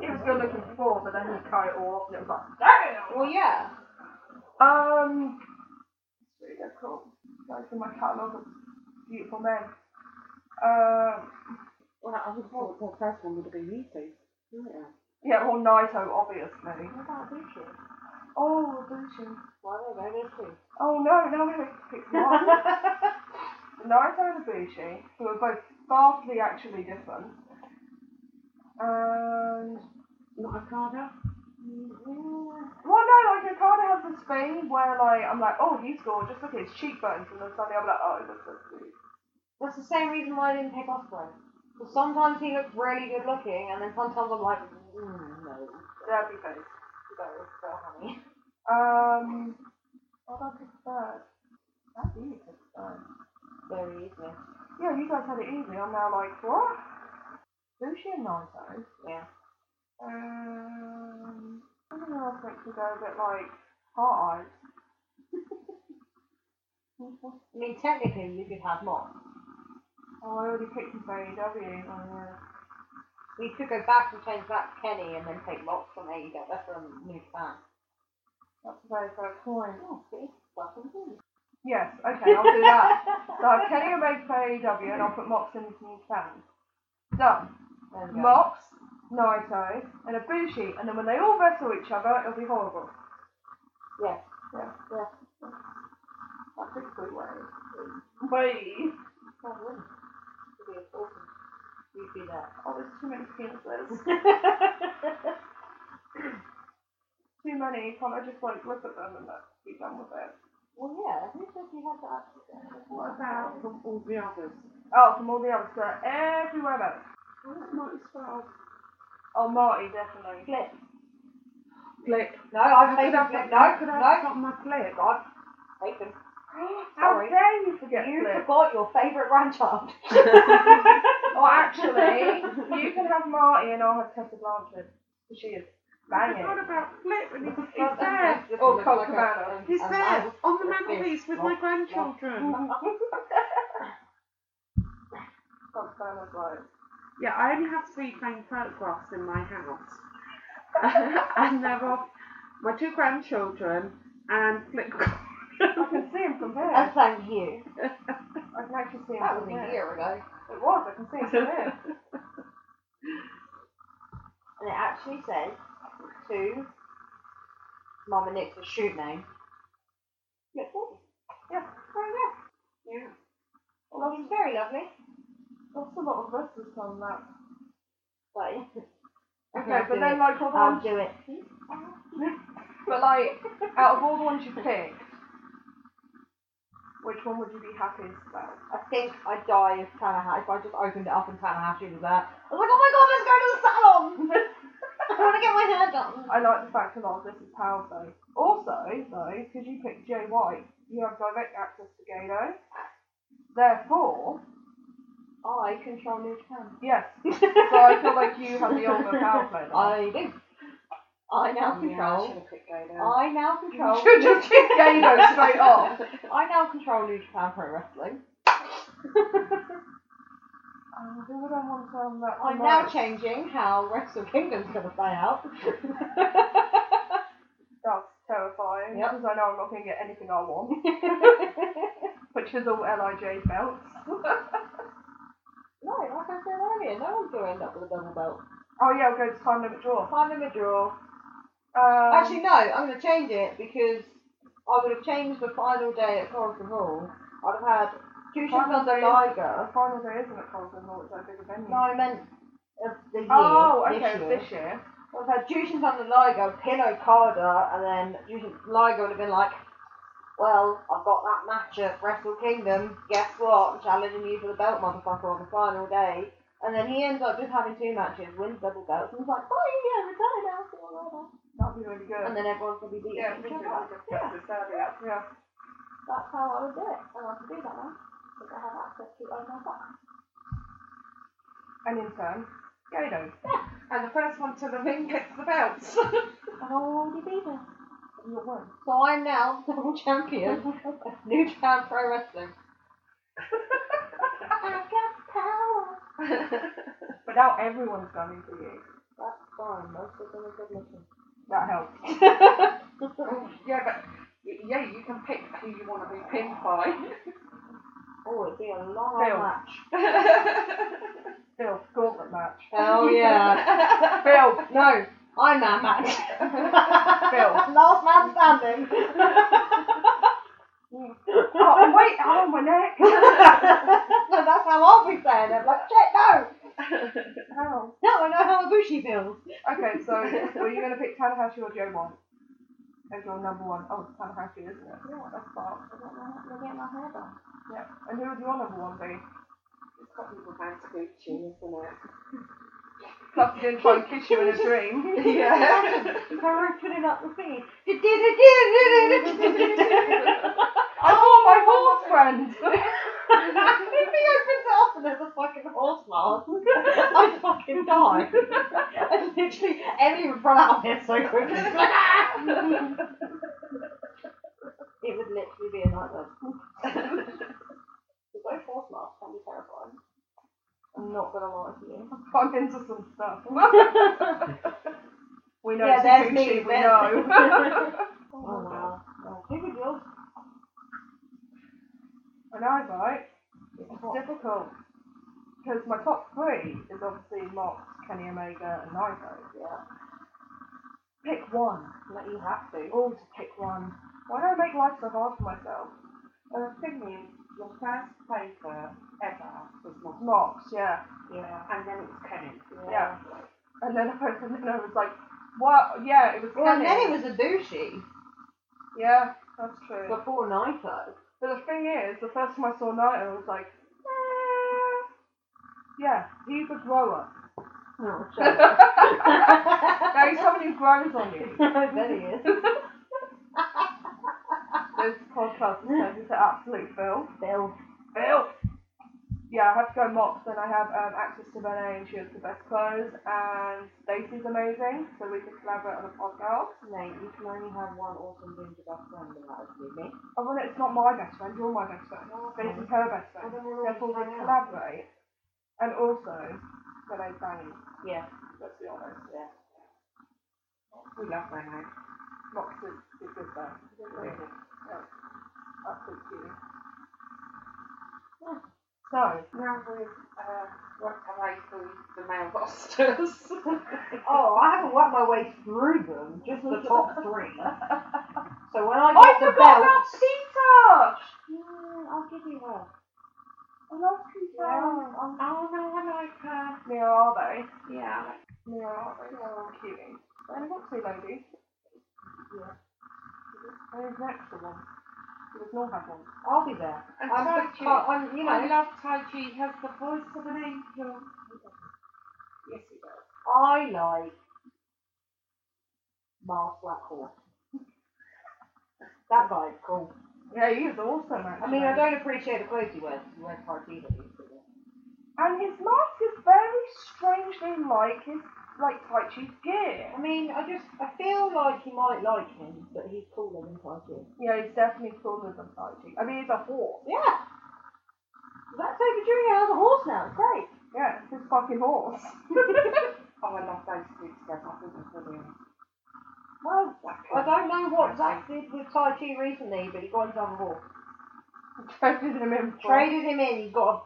S4: He was good looking before, but then he cut it all off and it was like, damn!
S3: Well, yeah.
S4: Um, it's really difficult. Going through my catalogue of beautiful men. Um,
S2: Well, I would thought the first one would have been me too. Yeah.
S4: yeah, well, Naito, obviously.
S3: What about Bushi?
S4: Oh, Bushi.
S3: Why are they there too?
S4: Oh, no, now I'm going to pick one. Naito and Ibushi, who are both vastly actually different. And
S2: Not a carder?
S4: well, no, like Okada has this thing where like I'm like, oh, he's gorgeous. Look at his cheekbones, and then suddenly I'm like, oh, he looks so sweet.
S3: That's the same reason why I didn't pick Osprey. Because sometimes he looked really good looking, and then sometimes I'm like, mm, no,
S4: That'd be face.
S3: that was so <laughs> honey.
S4: Um, what about the third? That's easy. to third.
S3: Very easy.
S4: Yeah, you guys had it easy. I'm now like, what? Bushi and Naito.
S3: Yeah.
S4: Um, I don't know if I could go a bit like heart <laughs> eyes.
S3: I mean, technically, you could have more.
S4: Oh, I already picked him for AEW.
S3: Oh, yeah. We could go back and change that to Kenny and then take lots from AEW, that's from New Japan.
S4: That's a very fair point.
S3: Oh, see? Welcome to
S4: Yes, okay, I'll do that. <laughs>
S2: <laughs>
S4: so I've Kenny Omega for AEW and I'll put Mox in as new fan. Done.
S3: There we go.
S4: Mox, Naito, and Ibushi, and then when they all wrestle each other, it'll be horrible.
S3: Yeah.
S4: Yeah.
S3: Yeah.
S4: That's a good way. Wait.
S3: Oh, really? Could be a fourth one. You'd be there. <laughs>
S4: Oh, there's too many penises. too many. Can't I just like look at them and like, be done with it?
S3: well, yeah. Who said you had to actually
S2: What about from all the others?
S4: Oh, from all the others, they're everywhere else.
S2: Not as well.
S4: Oh, Marty, definitely.
S3: flip?
S2: Flip.
S3: No, I've
S2: I could
S3: taken
S2: have,
S3: flip.
S2: I
S3: No,
S2: could have
S3: no.
S2: got my
S4: <laughs>
S2: flip.
S3: God, taken.
S4: <gasps> How
S3: Sorry.
S4: dare you forget
S3: You
S4: Flip?
S3: forgot your favourite grandchild.
S4: Or Oh, actually, you can have Marty and I'll have Tessa Blanchard. She is
S2: I
S4: banging.
S2: forgot about flip and he's, he's
S3: Well,
S2: there.
S3: <laughs> that's just
S4: Or
S3: a look
S4: Colt
S3: like a-
S4: Cabana.
S2: He's
S3: a
S2: there
S3: mouse.
S2: on the
S3: It's big.
S2: mantelpiece with my
S3: Lock, lock.
S2: grandchildren.
S3: <laughs>
S4: God, Cabana's like,
S2: Yeah, I only have three framed photographs in my
S4: <laughs>
S2: house. and they're of my two grandchildren and flip. <laughs>
S4: I can see him from here. I
S3: And thank you.
S4: can actually see him
S3: That was
S4: from
S3: a
S4: here.
S3: year ago.
S4: It was, I can see him from
S2: <laughs>
S4: here.
S3: And it actually says to Mum and Nick's shoot name. Flip Gordon.
S4: Yeah.
S3: There you
S2: yeah.
S3: go. Well, he's very lovely.
S4: That's a lot of verses on that.
S3: But,
S4: Okay,
S3: I'll
S4: but
S3: do it.
S4: then like all the
S3: I'll
S4: ones,
S3: do it.
S4: but like out of all the ones you picked, which one would you be happiest about?
S3: I think I die if Tanahashi, if I just opened it up and Tanahashi was there. I was like, oh my god, let's go to the salon! <laughs> I want to get my hair done.
S4: I like the fact a lot of this is powerful. Also, though, because you picked Jay White, you have direct access to Gato. Therefore,
S3: Oh, I control New Japan.
S4: yes. So I feel like you have the ultimate power play. there.
S3: I do. I now control. I now control.
S4: <laughs> You should <laughs> just pick Gato straight off.
S3: I now control New Japan Pro Wrestling.
S4: Um, who would I want to um, that?
S3: I'm now <laughs> changing how Wrestle Kingdom's going to play out.
S4: That's terrifying
S3: Yep.
S4: because I know I'm not going to get anything I want, which is all Lij belts. <laughs>
S3: no, like I said earlier, no one's going to end up with a double belt.
S4: Oh yeah, I'll go to time limit draw.
S3: Time limit draw.
S4: Um,
S3: Actually, no, I'm going to change it because I would have changed the final day at Corrigan Hall. I'd have had two shots
S4: Final
S3: on the
S4: day.
S3: Liger.
S4: the final day isn't at Colton Hall, it's like a bigger venue.
S3: No, I meant of the year.
S4: oh,
S3: this
S4: okay,
S3: year.
S4: this year.
S3: I've had Jushin Thunder Liger pin Okada, and then Jushin Liger would have been like, well, I've got that match at Wrestle Kingdom. Guess what? I'm challenging you for the belt, motherfucker, on the final day. And then he ends up just having two matches, wins double belts, and he's like, oh, yeah, return now. see you later."
S4: That'd be really
S3: And
S4: good.
S3: then everyone's going to be beating
S4: Yeah,
S3: each
S4: we should
S3: other
S4: have
S3: up.
S4: discussed
S3: Yeah,
S4: this earlier. Yeah.
S3: that's how I would do it. And I can do that now. Because I have access to it on my phone.
S4: And in turn, Gato.
S2: And the first one to the ring gets the
S3: <laughs>
S2: belts.
S3: I've already beaten it.
S4: You won.
S3: So I'm now the world champion <laughs> of Newtown Pro
S4: <laughs>
S3: Wrestling. I got power.
S4: <laughs>
S3: <laughs>
S4: But now everyone's gunning for you.
S3: That's fine. Most of them are good <laughs> looking.
S4: That helps.
S2: yeah, but y- yeah, you can pick who you want to be pinned by.
S3: oh, it'd be a long
S4: Bill.
S3: match.
S4: Bill, gauntlet match.
S3: Hell Oh, yeah.
S2: <laughs>
S4: Bill,
S3: no, I'm that match.
S4: Bill.
S3: Last man <laughs> standing.
S4: Oh, and
S3: <laughs>
S4: wait, oh, my neck.
S3: no, that's how I'll be saying it. Like, check, no.
S4: Ow.
S3: Now I know how Ibushi feels.
S4: Okay, so were you going to pick Tanahashi or J1 as your number one? Oh, it's Tanahashi, isn't it? Yeah, that's smart.
S3: We're getting our hair <laughs> done.
S4: Yeah. And who would your number one be?
S2: It's got people bound to go cheese, isn't
S4: Plus, you didn't try and kiss you in a
S3: <laughs>
S4: dream.
S2: it? Yeah.
S3: They're opening up the feed. <laughs> I
S4: I
S3: Oh,
S4: saw my horse friend.
S3: if he opens it up and there's a fucking horse <laughs> mask, I'd fucking die. <laughs> I literally, Emily would run out of here so quickly. <laughs> She's like, "Ah!" it would literally be a <laughs> nightmare. Because those horse masks can be terrifying. I'm not gonna lie to you.
S4: I'm into some
S3: <laughs>
S4: stuff. we know
S3: Yeah,
S4: it's
S3: there's me,
S4: Gucci, we
S3: there's-
S4: <laughs> know.
S3: Oh wow. Who would yours?
S4: I know, right? It's difficult. Because my top three is obviously Mox, Kenny Omega, and Naito.
S3: Yeah.
S4: Pick one.
S3: Like you have to.
S4: Always pick one. Why do I make life so hard for myself? And the thing is, your first favourite ever was Mox. Mox, yeah.
S3: Yeah.
S2: and then it was Kenny.
S4: Yeah. And then <laughs> I, and then I was like, what? Yeah, it was
S3: Well, and
S4: Kenny.
S3: then it was a douchey
S4: Yeah, that's true. But,
S3: before Naito.
S4: the thing is, the first time I saw Naito, I was like, eh. yeah, he's a
S3: <laughs>
S4: grower.
S3: Oh, <laughs>
S4: There is someone who grows on you.
S3: there he <laughs> is.
S4: This podcast is turned into absolute Phil.
S3: Bill.
S4: Phil! Yeah, I have to go Mox, then I have um, access to Renee and she has the best clothes, and Stacey's amazing, so we can collaborate on a podcast.
S3: Mate, you can only have one awesome ginger best friend, and that would be me.
S4: Oh, well, it's not my best friend, you're my best friend. Stacey's her best friend. Therefore, we collaborate. And also, Renee's banging,
S3: Yeah,
S4: let's be honest.
S3: yeah.
S2: We love Reno.
S4: Mox is, is good there.
S2: Really.
S4: Absolute cutie. So,
S2: Now we've uh, worked our way through the male rosters.
S3: Oh, I haven't worked my way through them, just the top <laughs> three. So when I
S4: I
S3: get the belt,
S4: forgot about Peter!
S3: Mm, I'll give you her.
S4: I love Peter.
S3: Yeah.
S2: <laughs>
S4: Oh,
S2: oh no, I like her.
S4: Mia, are they?
S2: Yeah, I like
S4: Mia, are they? They're all cutie. And what's the lady?
S3: Yeah.
S4: Who's next to one? Does Nor have one?
S3: I'll be there.
S2: And
S3: I'm,
S2: Tai
S3: just-
S2: Chi.
S3: I'm, you know,
S2: I love Tai Chi. He has the voice of an angel. Yes, he does.
S3: I like Miles Blackhawk. That guy's cool.
S4: Yeah, he is awesome, actually.
S3: I mean, I don't appreciate the clothes he wears. He wears hard either.
S4: And his mask is very strangely like his, like Tai Chi's gear.
S3: I mean, I just I feel like he might like him, but he's cooler than Taiji.
S4: Yeah, he's definitely cooler than Tai Chi. I mean, he's a horse.
S3: Yeah. That's over Junior has a horse now. It's great.
S4: Yeah, it's his fucking horse.
S2: Oh, I love those two together. I think they're brilliant.
S3: Well, I don't know what Zach did with Tai Chi recently, but he got his on board.
S4: <laughs> Traded him in for <laughs>
S3: Traded him in, he got a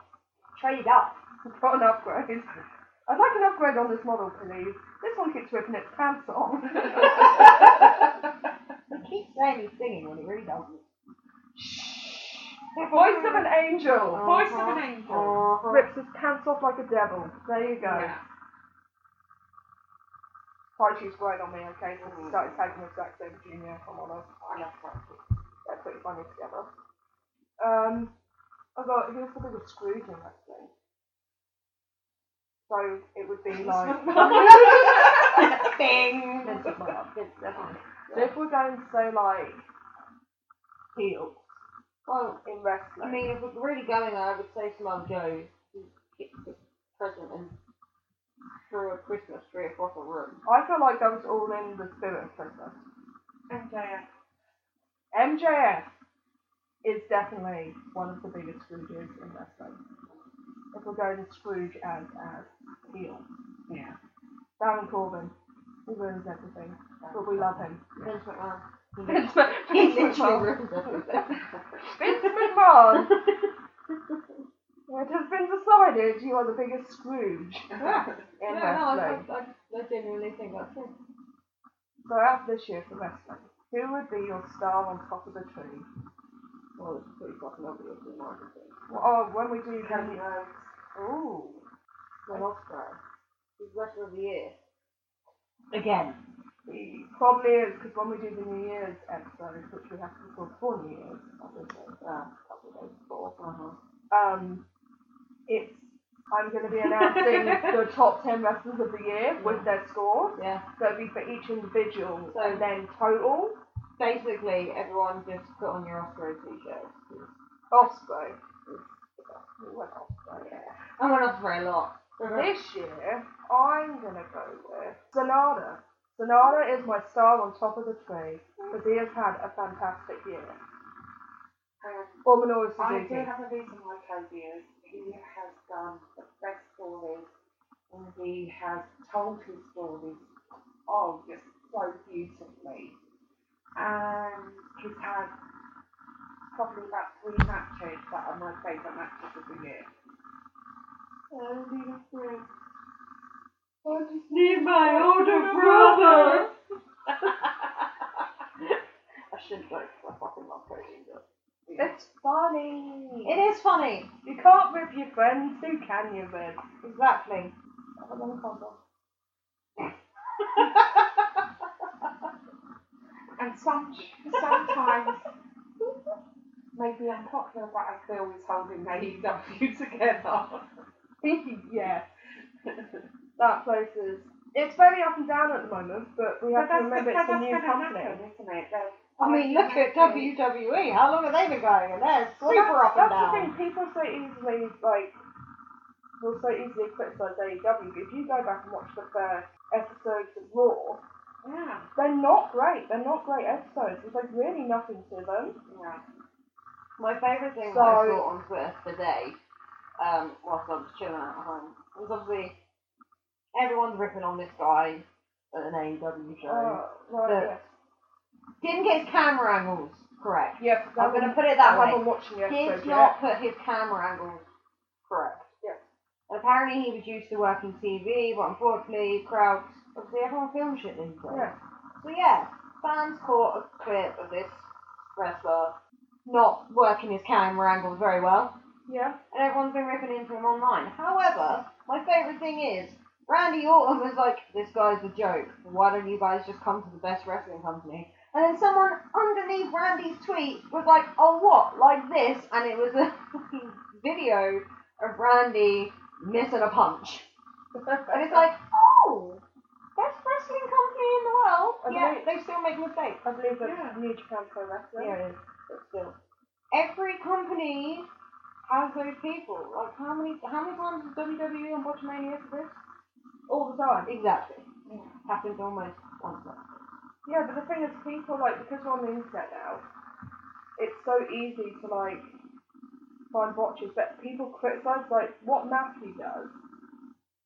S3: trade up. <laughs>
S4: got an upgrade. I'd like an upgrade on this model, please. This one keeps ripping its pants <laughs> on.
S3: He keeps saying he's singing when he really doesn't.
S4: Voice of an angel.
S2: Voice of an angel.
S3: Uh-huh.
S4: Rips his pants off like a devil. There you go.
S2: Yeah.
S4: Quite she's grown on me, okay? Since we started tagging with Zack Sabre Jr., if I'm honest. They're pretty funny together. Um, I got, who's the biggest Scrooge in wrestling? So it would be like,
S3: <laughs>
S4: <laughs>
S3: Bing!
S4: Vince McMahon.
S3: Definitely.
S4: So if we're going to say like, heel
S3: Well,
S4: in wrestling.
S3: I mean, if we're really going there, I would say Samoa Joe who gets a present and threw a Christmas tree across a room.
S4: I feel like that was all in the spirit of Christmas.
S2: MJF.
S4: MJF is definitely one of the biggest Scrooges in wrestling. If we're going to Scrooge as as heel,
S2: Yeah.
S4: Baron Corbin, he ruins everything, but we love him.
S3: Vince McMahon. He-
S4: <laughs> Vince
S3: um, He <laughs>
S4: McMahon.
S3: literally ruins everything.
S4: Vince <laughs> McMahon. It has been decided you are the biggest <laughs> Scrooge
S3: Yeah.
S4: in
S3: Yeah, no, I,
S4: wrestling.
S3: I, I, I genuinely think that's it.
S4: So out of this year for wrestling, who would be your star on top of the tree?
S3: Well, it's pretty fucking obvious in my opinion.
S4: Well, oh, when we do
S2: Can
S4: the
S2: you,
S4: Ooh.
S3: When Osprey. He's Wrestler of the Year. Again.
S4: He probably is, because when we do the New Year's episode, which we have to record before New Year's, obviously, uh, a couple of days before,
S3: Uh-huh.
S4: um, it's, I'm going to be
S2: <laughs>
S4: announcing the top 10 wrestlers of the year with their scores.
S3: Yeah.
S4: So it'll be for each individual
S3: So-
S4: and then total.
S3: Basically, everyone just put on your Osprey t-shirts.
S4: Osprey. We went Osprey.
S3: I'm on Osprey a <laughs> lot.
S4: This year, I'm going to go with Sonata. Sonata is my star on top of the tree because he has had a fantastic year.
S2: Um,
S4: Or Minoru
S2: I do
S4: Suzuki.
S2: have a reason why Cody is. He has done the best stories and he has told his stories oh just so beautifully. And he's had probably about three matches that are my favourite matches of the year.
S3: I need a friend. I just need my older brother. I shouldn't joke because I fucking love Cody. but-
S4: It's funny.
S3: It is <laughs> funny.
S4: You can't rip your friends, who can you rip?
S3: Exactly.
S4: Have a long condom.
S2: And some, sometimes, maybe unpopular, but I feel is holding <laughs> AEW together.
S4: <laughs> yeah. that place is. It's very up and down at the moment, but we have to remember it's a new company.
S2: isn't it? They're-
S3: I mean, look at WWE. How long have they been going? And they're
S4: Well,
S3: super up and
S4: that's, that's
S3: down.
S4: the thing. People so easily like will so easily criticise AEW. But if you go back and watch the first episodes of Raw,
S2: Yeah.
S4: they're not great. They're not great episodes. There's like really nothing to them.
S2: Yeah.
S3: My favourite thing
S4: So-
S3: that I saw on Twitter today, um, whilst I was chilling at home, was obviously everyone's ripping on this guy at an AEW show.
S4: Uh, right,
S3: But- Oh. Didn't get his camera angles correct.
S4: yeah. yeah 'cause
S3: I'm
S4: I
S3: gonna
S4: haven't-
S3: put it that
S4: I
S3: way.
S4: haven't watched the episode
S3: did
S4: yet.
S3: not put his camera angle correct.
S4: Yeah.
S3: And apparently he was used to working TV, but unfortunately crowds, obviously everyone films shit these days.
S4: Yeah.
S3: So yeah, fans caught a clip of this wrestler not working his camera angles very well,
S4: Yeah.
S3: and everyone's been ripping into him online. However, my favourite thing is, Randy Orton was like, this guy's a joke, why don't you guys just come to the best wrestling company? And then someone underneath Randy's tweet was like, oh, what? Like this? And it was a <laughs> video of Randy missing a punch. And it's like, oh, best wrestling company in the world.
S4: And
S3: Yeah,
S4: they-
S3: they still make mistakes.
S4: I believe that's
S2: Yeah.
S4: New Japan Pro Wrestling.
S3: Yeah, it is. But still. Every company has those people. Like, how many how many times is WWE E and Watchmania for this?
S4: All the time.
S3: Exactly.
S2: Yeah.
S3: Happens almost once a month.
S4: Yeah, but the thing is, people like because we're on the internet now, it's so easy to like find watches. But people criticize like what Matthew does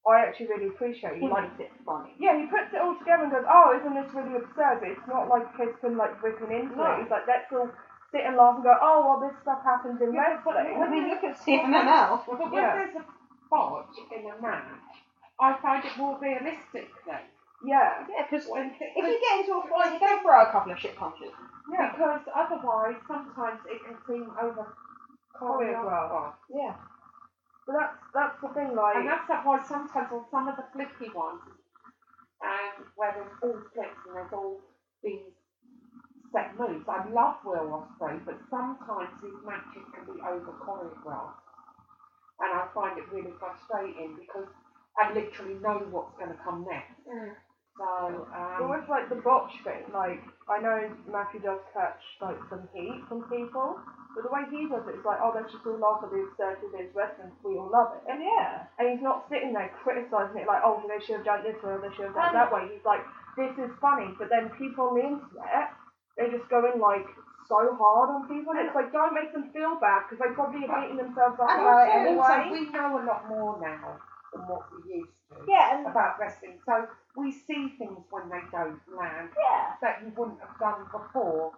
S4: I actually really appreciate
S3: He
S4: you. Like,
S3: likes it funny.
S4: yeah, he puts it all together and goes, oh, isn't this really absurd? But it's not like kids can like ripping into
S3: No.
S4: it. It's like let's all sit and laugh and go, oh, well, this stuff happens in
S2: Yeah, but
S4: wrestling.
S3: I mean, look at CMML.
S2: But when
S4: Yeah.
S2: there's a bodge in a match, I find it more realistic then.
S4: Yeah,
S3: Yeah, because
S2: When
S3: if you get into a fight, you go throw a couple of shit punches.
S4: yeah,
S2: Because otherwise, sometimes it can seem over choreographed.
S4: yeah. But that's that's the thing, like.
S2: And that's why sometimes on some of the flicky ones, um, where there's all flicks and there's all these set moves, I love Will Ospreay, but sometimes his matches can be over choreographed. And I find it really frustrating because I literally know what's going to come next. So,
S4: Well,
S2: um,
S4: with like the botch thing, like I know Matthew does catch like some heat from people, but the way he does it is like, oh, let's just all laugh at the absurdity of his wrestling. We all love it,
S3: And yeah.
S4: and he's not sitting there criticising it like, oh, they should have done it this way, or they should have done it
S3: Um,
S4: that way. He's like, this is funny, but then people on the internet, they just go in like so hard on people, and it's like, don't make them feel bad because they probably have beaten themselves up
S2: uh, and
S4: about
S2: also,
S4: it
S2: also,
S4: anyway.
S2: we know a lot more now than what we used to
S3: Yeah, and
S2: about wrestling. So we see things when they don't land.
S3: yeah.
S2: that you wouldn't have done before.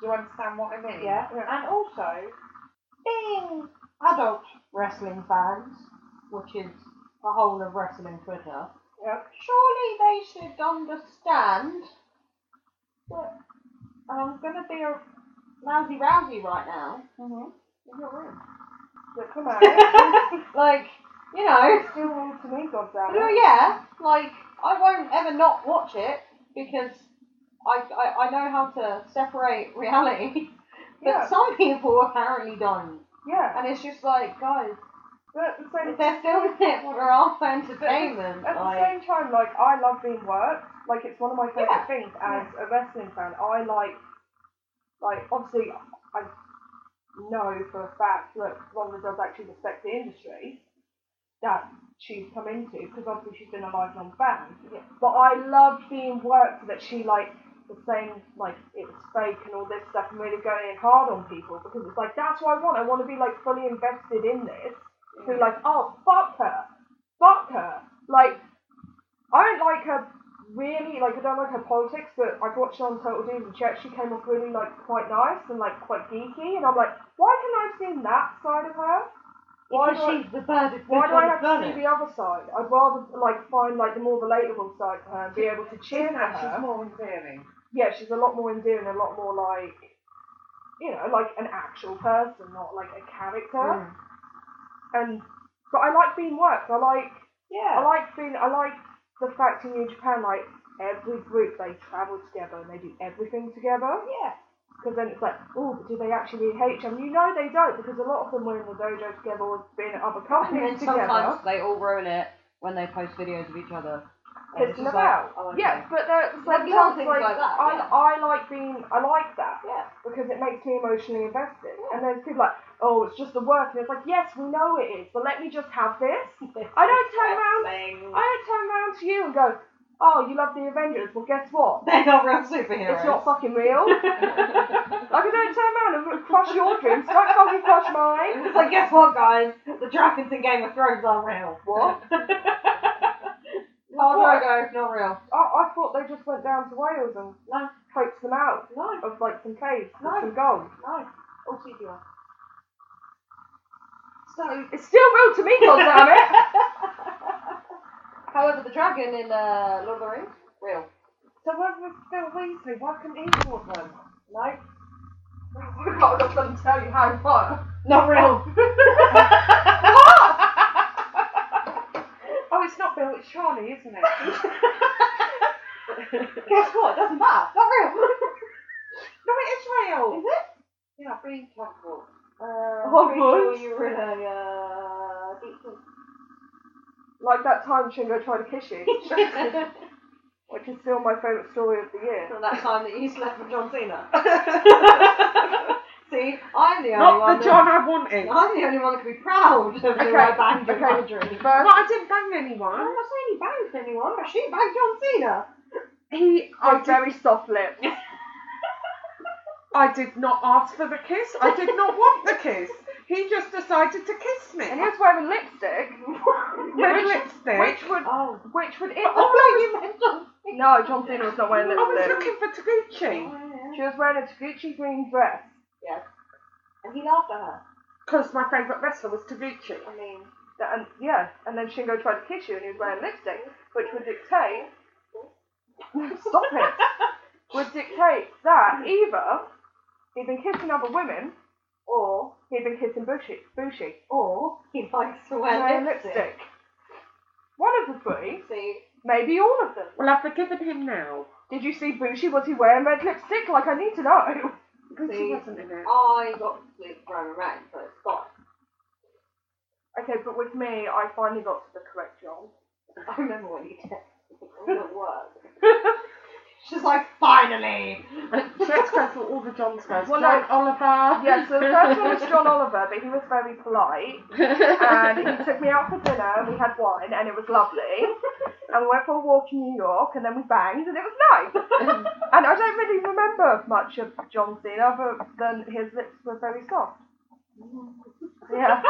S2: Do you understand what I mean?
S3: Yeah. And also, being adult wrestling fans, which is the whole of wrestling Twitter,
S4: Yep.
S3: surely they should understand that and I'm going to be a lousy rousy right now. <laughs>
S4: Mm-hmm. But come on, <laughs>
S3: like, you know.
S4: still all to me,
S3: But, uh,
S4: goddamn. it.
S3: yeah, like I won't ever not watch it because I, I, I know how to separate reality. <laughs> But
S4: Yeah.
S3: some people apparently don't,
S4: Yeah.
S3: and it's just like, guys,
S4: But at the same
S3: if they're filming it for
S4: <laughs>
S3: our entertainment.
S4: At the
S3: Like,
S4: same time, like I love being worked. Like it's one of my
S3: Yeah.
S4: favourite things as a wrestling fan. I like, like obviously, I know for a fact that Ronda does actually respect the industry that she's come into because obviously she's been a lifelong fan.
S3: Yeah.
S4: But I loved being worked that she like the same like it was fake and all this stuff and really going in hard on people because it's like that's what I want. I want to be like fully invested in this who like, oh fuck her, fuck her. Like, I don't like her really. Like, I don't like her politics, but I've watched her on Total Divas, and she actually came off really like quite nice and like quite geeky. And I'm like, why can I have seen that side of her? Why do
S3: because
S4: I,
S3: she's the furthest
S4: why do I
S3: have
S4: have
S3: done
S4: to see
S3: it.
S4: the other side? I'd rather like find like the more relatable side to her and be able to cheer for
S2: Yeah,
S4: her
S2: she's more endearing.
S4: yeah, she's a lot more endearing, a lot more like, you know, like an actual person, not like a character.
S3: Mm.
S4: And but I like being worked. I like I
S3: Yeah.
S4: like being I like the fact in New Japan like every group they travel together and they do everything together.
S3: Yeah.
S4: Because then it's like, oh, but do they actually really hate each other? And You know they don't because a lot of them were in the dojo together or been at other
S3: And
S4: companies <laughs>
S3: then
S4: together.
S3: sometimes they all ruin it when they post videos of each other. And it's just
S4: pissing about.
S3: Like, oh, okay.
S4: Yeah, but the
S3: Well,
S4: same
S3: you want
S4: time,
S3: things
S4: like,
S3: like that,
S4: I,
S3: yeah.
S4: I like being, I like that
S3: Yeah.
S4: because it makes me emotionally invested.
S3: Yeah.
S4: And there's people like, oh, it's just the work, and it's like, yes, we know it is, but let me just have
S3: Mm.
S4: this. I don't turn
S3: <laughs>
S4: around, I don't turn around to you and go, oh, you love the Avengers. Well, guess what?
S3: They're not real superheroes.
S4: It's
S3: <laughs>
S4: not fucking real. like I don't turn around and crush your dreams. Don't fucking crush
S3: <laughs>
S4: mine.
S3: It's like, guess what, guys? The dragons in Game of Thrones aren't real. <laughs>
S4: What?
S3: Hard
S4: What?
S3: logo, not real.
S4: I, I thought they just went down to Wales and
S3: No.
S4: coaxed them out
S3: No,
S4: of like some caves with
S3: No.
S4: some gold.
S3: no. All CGI.
S2: So,
S4: It's still real to me, goddammit!
S3: However, the dragon in uh, Lord of the Rings, real.
S2: so what was Phil Weasley? Why couldn't he afford one?
S3: No,
S4: We've got to let them tell you how far.
S3: not real.
S2: Oh, it's not Bill, it's Charlie, isn't
S4: <laughs>
S2: it?
S3: Guess what? It doesn't matter. Not real.
S2: no, it is real.
S3: Is it?
S2: Yeah, I've been told.
S3: Uh, I'm
S4: Oh,
S3: pretty sure
S4: good.
S3: you were in a uh, deep
S4: Like that time Shingo tried to
S2: <laughs>
S4: kiss you,
S3: <laughs> sleep.
S4: which is still my favourite story of
S2: <laughs>
S4: the year.
S3: From that time that you slept with John Cena. See, I'm the only one.
S2: Not the
S3: that-
S2: John I wanted.
S3: I'm the only one that can be proud of who I banged in my
S2: Well,
S3: dream.
S4: First,
S2: I didn't bang
S3: I'm
S2: anyone.
S3: not saying he banged anyone, but she banged John Cena.
S2: He, I
S4: I'm
S2: did,
S4: very soft lipped.
S2: I did not ask for the kiss. I did not want the kiss. He just decided to kiss me.
S4: And he was wearing lipstick,
S2: With
S4: which,
S2: lipstick.
S4: which would
S3: Oh.
S4: which would in
S3: Oh, no, you meant John Cena.
S4: <laughs> no, John Cena was not
S2: I
S4: wearing
S3: I
S2: was
S4: lipstick.
S2: looking for Taguchi
S4: She was wearing a Taguchi green dress.
S3: Yes. And he laughed at her.
S2: because my favourite wrestler was Taguchi.
S4: I mean, that, and yeah, and then Shingo tried to kiss you, and he was wearing lipstick, which would dictate. <laughs> Stop it. Would dictate that either he'd been kissing other women,
S3: Or,
S4: he'd been kissing Bushi, Bushi,
S3: or he likes to
S4: and
S3: wear
S4: wearing
S3: lipstick.
S4: lipstick. One of the three,
S3: See,
S4: maybe all of them.
S2: Well, I've forgiven him now
S4: Did you see Bushi? Was he wearing red lipstick? Like, I need to know. <laughs>
S2: because
S3: See,
S2: he wasn't in it. <laughs>
S3: I got completely thrown around, so it's fine.
S4: Okay, but with me, I finally got to the correct John.
S3: I remember when you texted me. I was at work. She's like, finally!
S2: She had to go through all the Johns first.
S4: Well,
S2: John
S4: no.
S2: Oliver.
S4: Yeah, so the first one was
S2: <laughs>
S4: John Oliver, but he was very polite. and <laughs> he took me out for dinner and we had wine and it was lovely. And we went for a walk in New York and then we banged and it was nice. And I don't really remember much of John Cena other than his lips were very soft. Yeah.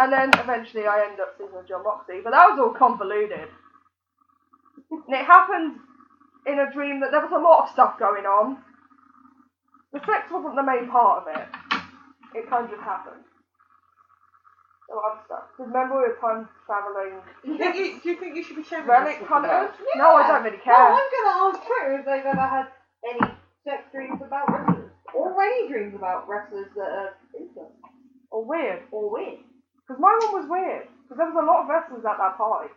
S4: And then eventually I ended up sleeping with John Moxley, but that was all convoluted. And it happened in a dream that there was a lot of stuff going on. The sex wasn't the main part of it. It kind of just happened. A lot of stuff. Remember we were time travelling
S2: Do you think you- do you think you should be sharing
S4: relic
S2: this with
S4: hunters?
S2: us?
S4: No, I don't really care.
S3: Well, I'm going to ask Twitter if they've ever had any sex dreams about wrestlers. Or any dreams about wrestlers that are influenced.
S4: Or Oh, weird.
S3: Or weird.
S4: Because my one was weird. Because there was a lot of wrestlers at that party.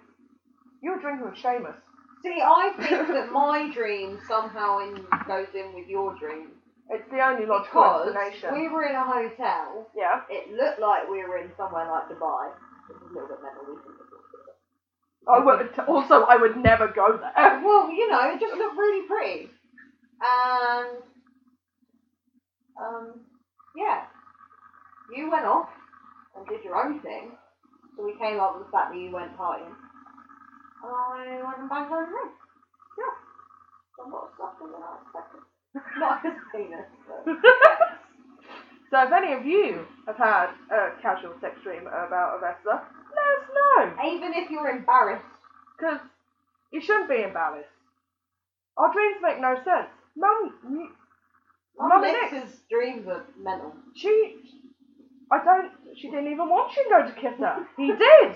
S4: You were drinking with Seamus.
S3: See, I think that my dream somehow in, goes in with your dream.
S4: It's the only logical
S3: Because
S4: explanation.
S3: we were in a hotel
S4: Yeah.
S3: It looked like we were in somewhere like Dubai. It was a little bit mentally
S4: I would, also, I would never go there. <laughs>
S3: Well, you know, it just looked really pretty. And um, yeah, you went off and did your own thing. So we came up with the fact that you went partying. And I went and banged on room. Yeah. So I'm not stuck in the last second. <laughs> Not his penis,
S4: <laughs>
S3: but
S4: So if any of you have had a casual sex dream about a wrestler, let us know.
S3: even if you're embarrassed.
S4: Because you shouldn't be embarrassed. Our dreams make no sense. Mum, you- Mum Nick's
S3: Nix's dreams are mental.
S4: She, I don't. She didn't even want Shingo to kiss her. He did.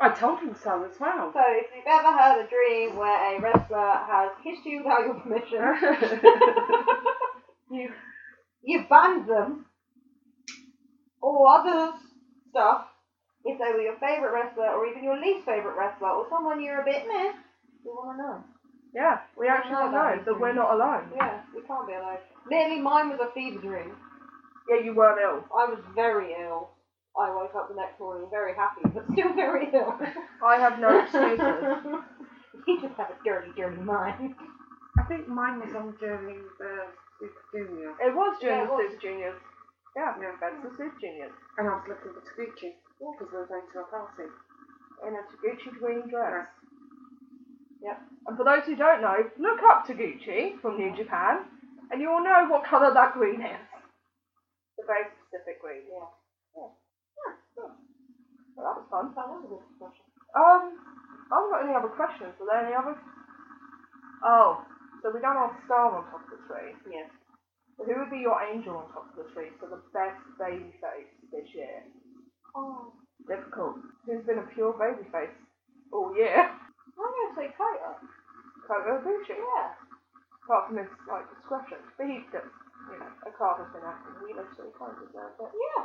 S2: I told him so as well.
S3: So, if you've ever had a dream where a wrestler has kissed you without your permission, you you banned them, or other stuff, if they were your favourite wrestler or even your least favourite wrestler or someone you're a bit meh, we want to know.
S4: yeah, we actually
S3: No,
S4: don't know that we're not alone.
S3: Yeah, we can't be alone. Nearly mine was a fever dream.
S4: Yeah, you were ill.
S3: I was very ill. I woke up the next morning very happy, but still very ill.
S4: I have no excuses.
S3: <laughs> you just have a dirty, dirty mind.
S2: I think mine was on during the Super Junior,
S4: It was
S3: Yeah, it
S4: during the
S3: was.
S4: Super Juniors. Yeah,
S2: Yeah.
S4: that's the Super Juniors
S2: and I was looking for Taguchi because we were going to a party.
S4: in a Taguchi green dress.
S2: Yes.
S4: And for those who don't know, look up Taguchi from New Japan, and you will know what colour that green is. The very specific green.
S3: Yeah.
S4: Well, that was fun.
S3: That was a good question.
S4: Um, I've got any other questions. Are there any others? Oh, so we don't have a star on top of the tree.
S3: Yes.
S4: So who would be your angel on top of the tree for the best baby face this year?
S3: Oh,
S4: Difficult. Who's been a pure baby face all year?
S3: I'm going to say Kota.
S4: Kota
S3: uh,
S4: Ibushi.
S3: Yeah.
S4: Apart from his like discretion, but he's just you know a card has been acting heedless, so he kind of deserves it.
S3: Yeah.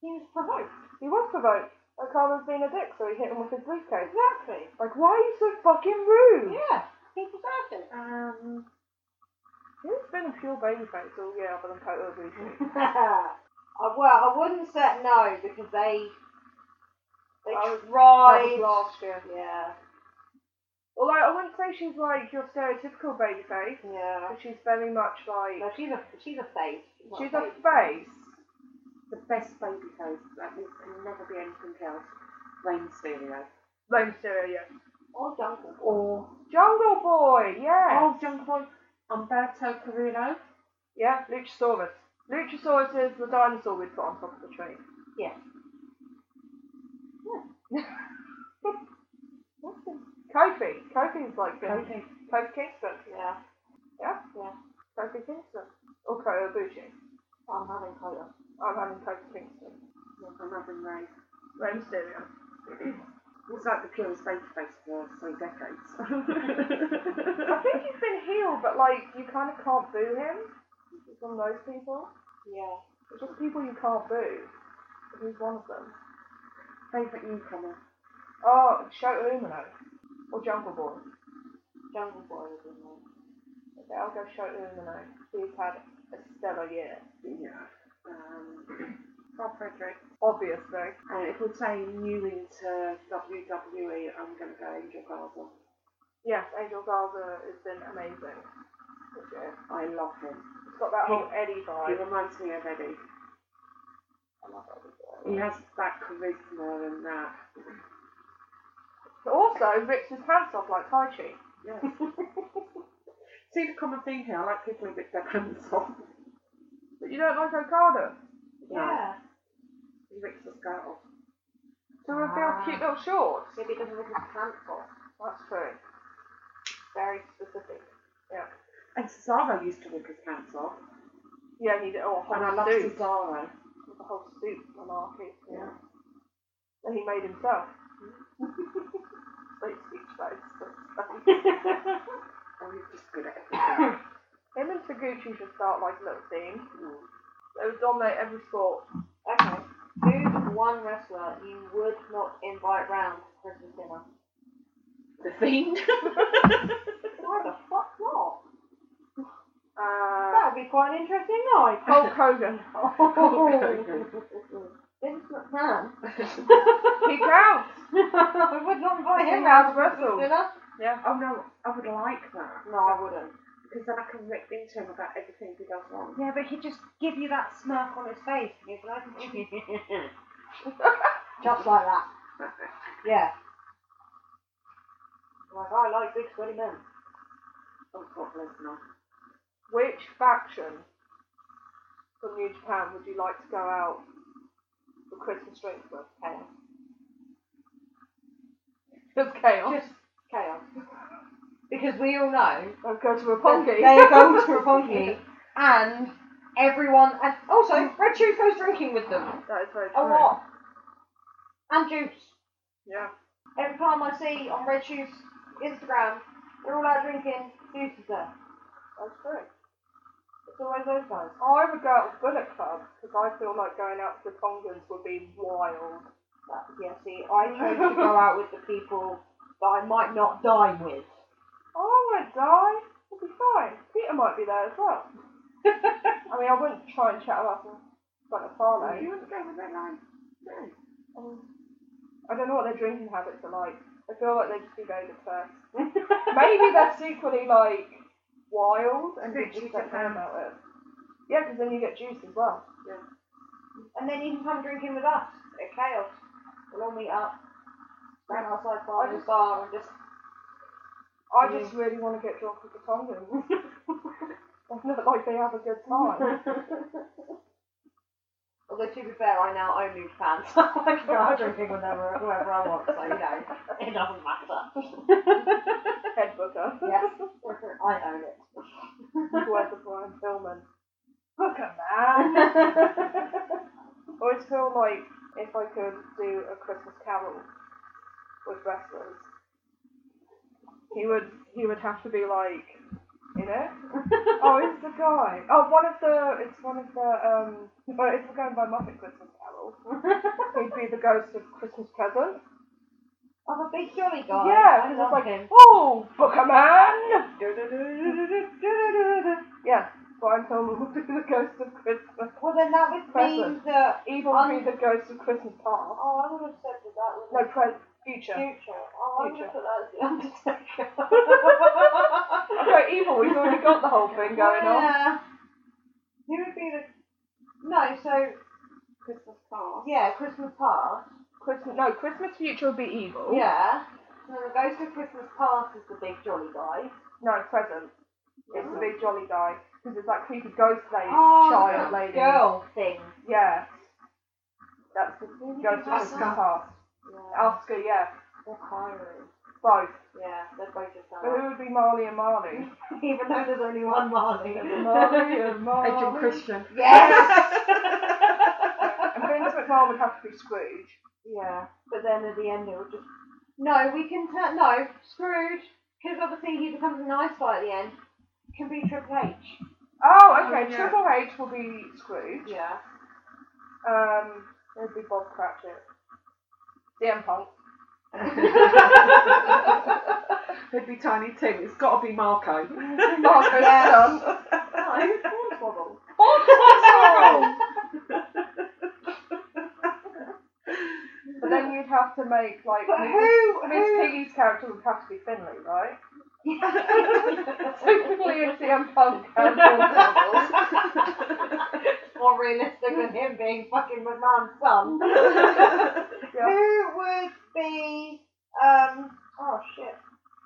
S3: He was provoked.
S4: He was provoked. Okada's been a dick, so he hit him with his briefcase.
S3: Exactly.
S4: Like, why are you so fucking rude?
S3: Yeah. He deserved <laughs> it.
S2: Um,
S4: Who's been a pure baby face all year other than Kota Ibushi?
S3: I, Uh, well, I wouldn't say no because they they
S4: That was- That was
S3: tried.
S4: last year.
S3: yeah.
S4: Although I wouldn't say she's like your stereotypical baby face,
S3: Yeah.
S4: but she's very much like
S3: No, she's a she's a face. not
S4: she's a
S3: face.
S4: face.
S2: the best baby face that will can never be anything else. Rain Stereo
S4: Lone Stereo, yeah.
S3: Or jungle.
S4: Oh,
S2: or
S4: Jungle Boy, yeah.
S2: oh, Jungle Boy Umberto Carrillo.
S4: Yeah, Luchasaurus. Luchasaurus is the dinosaur we put on top of the tree.
S3: Yeah.
S4: What's his- <laughs> Kofi. Kofi's like been
S2: Kofi.
S4: Kofi Kingston.
S3: Yeah.
S4: Yeah?
S3: Yeah.
S4: Kofi Kingston. Or Koyobushi.
S3: I'm having colour.
S4: I'm having Kofi Kingston.
S2: I'm having Ray.
S4: Rey Mysterio.
S2: He's like the purest babyface for three <laughs>
S4: I think
S2: decades.
S4: he's been healed, but like you kind of can't boo him. He's one of those people.
S3: Yeah.
S4: It's just people you can't boo. But He's one of them.
S2: Favourite newcomer?
S4: Oh, Shout Umino. Or Jungle Boy.
S3: Jungle Boy is in there.
S4: Okay, I'll go Shout Umino. He's had a stellar year.
S2: Yeah. Um, Bob Frederick.
S4: Obviously.
S2: And Uh, if we're saying new into WWE, I'm going to go Angel Garza.
S4: Yes, Angel Garza has been amazing. This year.
S2: I love him.
S4: It's got that whole Eddie
S2: He
S4: vibe.
S2: reminds me of Eddie.
S4: I love Eddie vibe.
S2: He has that charisma and that.
S4: But also rips his pants off like Tai Chi.
S2: Yeah. See the common theme here. I like people who get their hands off.
S4: But you don't like Okada.
S2: No.
S3: Yeah.
S2: He rips the skirt off.
S4: To reveal
S3: Ah.
S4: cute little shorts.
S3: Maybe it doesn't look as pantful.
S4: That's true.
S3: Very
S4: <laughs>
S3: specific.
S2: And Cesaro used to rip his pants off.
S4: Yeah, he did. Oh, a whole
S2: And I love
S4: suit.
S2: Cesaro.
S4: With the whole suit malarkey.
S2: Yeah.
S4: That he made himself. <laughs> Sweet speech, that is so funny.
S2: Oh, he's just good at everything.
S4: Him and Taguchi should start like a little team.
S2: Mm.
S4: They would dominate every sport.
S3: Okay. Who's one wrestler you would not invite round for Christmas dinner?
S2: the <laughs> Fiend.
S3: Why the fuck not?
S2: <laughs>
S4: Uh,
S3: That would be quite an interesting <laughs> night.
S4: Hulk Hogan.
S2: Oh,
S3: Vince <laughs> McMahon.
S4: he counts.
S3: I would not invite him
S4: He
S3: round for
S4: has
S3: Christmas
S4: wrestled.
S3: dinner.
S4: Yeah. <laughs>
S2: oh no, I would like that.
S3: No, I wouldn't.
S2: Because then I can rip into him about everything he does wrong.
S3: Yeah, but he'd just give you that smirk on his face. and He's like, <laughs> just like that. Yeah. Like, I like big sweaty men.
S2: oh God, Lesnar.
S4: Which faction from New Japan would you like to go out for Christmas drinks with?
S3: Chaos.
S4: Just chaos.
S3: Just chaos. <laughs> Because we all know
S4: I'll go to a
S3: that
S4: punky.
S3: they go to Roppongi and everyone, and also Red Shoes goes drinking with them
S4: <laughs> That is very
S3: a
S4: true.
S3: lot. And juice.
S4: Yeah.
S3: Every time I see on Red Shoes Instagram, they're all out drinking, juice is there.
S4: That's true.
S3: It's always those guys.
S4: I would go out with Bullet Club because I feel like going out with the Tongans would be wild.
S3: But, yeah, see, I chose to go out with the people that I might not dine with.
S4: Oh, I won't die. It'll be fine. Peter might be there as well. I mean, I wouldn't try and chat about him front of Farlow.
S2: Oh, You wouldn't go with that line? No.
S4: Oh. I don't know what their drinking habits are like. I feel like they'd just be very depressed. Maybe they're secretly like wild and they just
S2: Secretly
S4: don't
S2: Japan.
S4: know about it. Yeah, because then you get juice as well.
S3: And then you can come drinking with us at Chaos. We'll all meet up. Ran outside
S4: I
S3: Barney's
S4: just-
S3: bar and just.
S4: I just really want to get drunk with the Tongans. <laughs> they look like they have a good
S3: <laughs>
S4: time.
S3: Although, to be fair, I now own Oh new fans, <laughs> so I can go out drinking with whoever, whoever I want, so you know, it doesn't matter.
S4: Head booker.
S3: <laughs> yes,
S4: <laughs>
S3: I own <laughs> it.
S4: Where's the Brian Pillman? Booker man.
S3: <laughs> yeah,
S4: I always feel like if I could do a Christmas Carol with wrestlers, he would he would have to be like in it. oh, it's the guy. Oh, one of the it's one of the um. Well, if we're going by Muppet Christmas Carol, he'd be the ghost of Christmas Present.
S3: I'm a big jolly guy.
S4: yeah,
S3: Oh, I
S4: because
S3: love
S4: it's like
S3: him.
S4: oh, Booker man. <laughs> yeah, Brian Pillman would be the ghost of Christmas.
S3: <laughs> Well, then that would mean
S4: Present.
S3: that.
S4: Evil
S3: Um,
S4: would be the ghost of Christmas past.
S3: Oh, I would have said that that was.
S4: No, pre- future.
S3: Future. Oh, I would
S4: Future.
S3: have put that as the Undertaker. <laughs>
S4: Okay, evil. We've already got the whole thing going on.
S3: yeah. Who would be the. No, so,
S2: Christmas card.
S3: yeah, Christmas Past.
S4: Christmas, no, Christmas future will be evil.
S3: Yeah. So the Ghost of Christmas Past is the big jolly guy.
S4: No, present. It's the big jolly guy. because it's that creepy ghost lady,
S3: Oh,
S4: child lady.
S3: girl thing.
S4: Yeah. That's the ghost
S2: What's
S4: that's
S2: that?
S4: come past.
S3: Yeah.
S4: Oscar, yeah.
S3: They're hiring.
S4: Both.
S3: Yeah, they're both just
S4: But who
S3: hiring.
S4: would be Marley and Marley?
S3: <laughs> Even though there's only one Marley. <laughs>
S4: Marley and Marley.
S2: Agent Christian.
S3: yes! <laughs>
S4: And Vince McMahon would have to be Scrooge.
S3: yeah, but then at the end it would just. No, we can turn. No, Scrooge, because obviously he becomes a nice guy at the end, can be Triple H.
S4: Oh, okay.
S2: Oh, yeah.
S4: Triple H will be Scrooge.
S3: Yeah.
S4: Um, it would be Bob Cratchit. CM <laughs> Punk.
S2: <laughs> It'd Oh, be Tiny Tim. It's got to be Marco.
S4: Marco's
S3: Yeah.
S4: son.
S3: no, <laughs> Hornswoggle.
S4: But then you'd have to make like
S3: But
S4: Miss-
S3: who?
S4: Miss
S3: who
S4: Piggy's character would have to be Finley, right?
S3: Typically
S4: Typically a CM Punk and Hornswoggle.
S3: more realistic than him being fucking McMahon's son.
S4: <laughs> Yeah.
S3: Who would be um oh shit.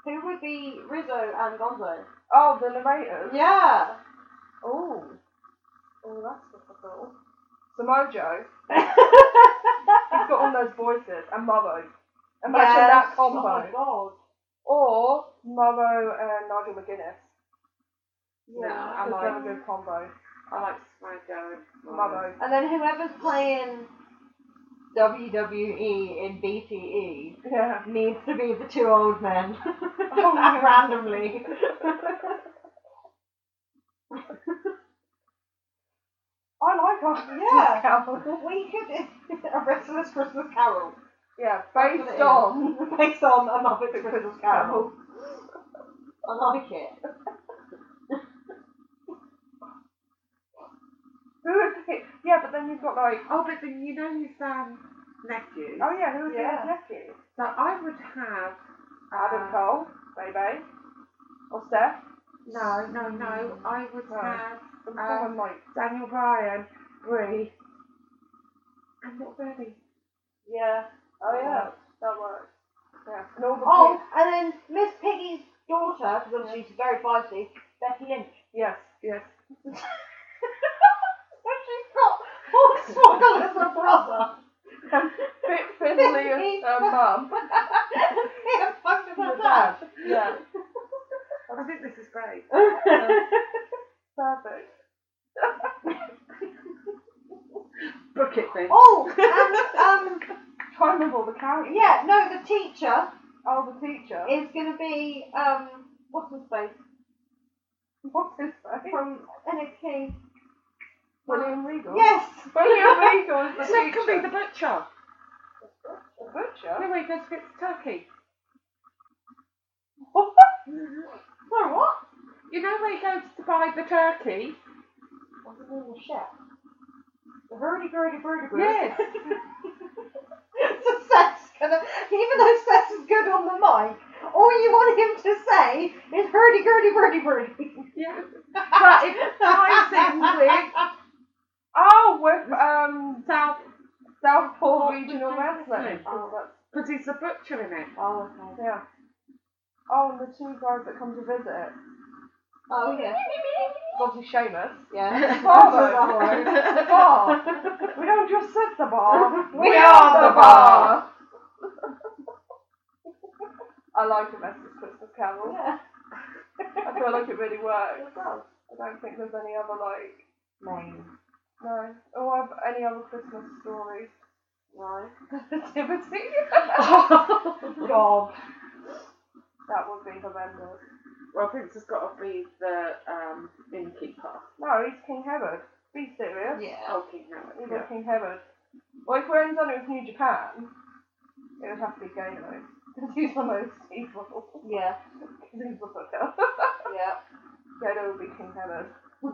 S3: Who would be Rizzo and Gonzo?
S4: Oh, the narrators.
S3: Yeah. <laughs>
S4: Oh. Oh, that's difficult. Samojo. He's got all those voices. And Morrow. Imagine that
S3: Yes.
S4: combo.
S3: Oh my god.
S4: Or Morrow and Nigel McGuinness.
S2: <laughs> Yeah, I
S4: That's a
S2: like,
S4: very good combo.
S2: I like Smogo.
S4: Morrow.
S3: And then whoever's playing WWE in BTE
S4: Yeah.
S3: needs to be the two old <laughs> men
S4: yeah.
S3: Oh, randomly. <laughs>
S4: I like our <laughs>
S3: Yeah.
S4: Carol.
S3: We could <laughs> a wrestler's Christmas Carol.
S4: Yeah,
S3: That's
S4: based
S3: what it
S4: on
S3: is. <laughs> based on a Muppet
S4: the
S3: Christmas
S4: Christmas
S3: Carol.
S4: Carol.
S3: I like it.
S4: Who is it? Yeah, but then you've got like,
S2: Oh, but then you know his um, nephew.
S4: oh yeah, who is
S3: Yeah. Uh-huh.
S4: his nephew?
S2: So I would have.
S4: Adam
S2: uh,
S4: Cole, maybe. Or Steph.
S2: No, no, no. I would
S4: No.
S2: have
S4: Or
S2: Uh,
S4: someone like,
S2: Daniel Bryan, Bree, and Little Birdie.
S4: yeah. Oh yeah,
S3: Yeah.
S4: that works. Yeah. And all the
S3: Oh,
S4: kids-
S3: and then Miss Piggy's daughter, because obviously she's very feisty, Becky Lynch. <laughs>
S4: Yes, yes.
S3: And she's got <laughs> Hornswoggle as her brother. <laughs>
S4: Fit Finley and uh, mum.
S3: yeah, fuck with her dad.
S4: Yeah.
S2: I think this is great.
S3: <laughs>
S4: Perfect.
S2: Book it then.
S3: oh, and
S4: Try and remember all the
S3: um,
S4: characters.
S3: yeah, no, the teacher
S4: Oh, the teacher.
S3: is going to be, um, what's his face?
S4: What's his name?
S3: From NXT.
S4: William Regal.
S3: Yes!
S4: <laughs> William Regal is the
S2: So it can
S4: teacher.
S2: be the butcher.
S4: The butcher.
S2: No, where he goes to get the <laughs> turkey.
S3: No, what?
S2: You know where he goes to buy the turkey?
S3: What's his name? The chef. The hurdy-gurdy-gurdy-gurdy.
S2: Yes.
S3: <laughs> so Seth's gonna, even though Seth is good on the mic, all you want him to say is hurdy gurdy hurdy hurdy.
S2: yeah. But it ties in with
S4: Oh, with um
S2: South
S4: Southpaw
S2: Southpaw
S4: Regional
S2: Regional
S4: Wrestling.
S2: Wrestling.
S4: Oh, that's
S2: because he's the butcher in it.
S3: <laughs> Oh, okay.
S4: yeah. Oh, and the two guys that come to visit.
S3: Oh, yeah.
S4: Obviously Seamus.
S2: <laughs>
S3: Yeah.
S4: Bravo. The bar. we don't just sit the <laughs> bar. We, are the bar. <laughs> I like a message Christmas Carol.
S3: Yeah.
S4: I feel like it really works. I don't think there's any other like
S3: Name.
S4: no. Or have any other Christmas stories.
S3: Right.
S4: <laughs> Nativity.
S3: Job.
S4: that would be horrendous.
S2: well, Prince has got to be the um, innkeeper.
S4: No, he's King Herod. Be serious.
S3: Yeah.
S2: Oh, King Howard.
S4: He's a King Herod. Well, if we're in on it with New Japan, it would have to be Gano. Because he's the most <laughs> evil.
S3: Yeah.
S4: he's the <laughs> hooker.
S3: Yeah.
S4: Gano will be King Herod. <laughs>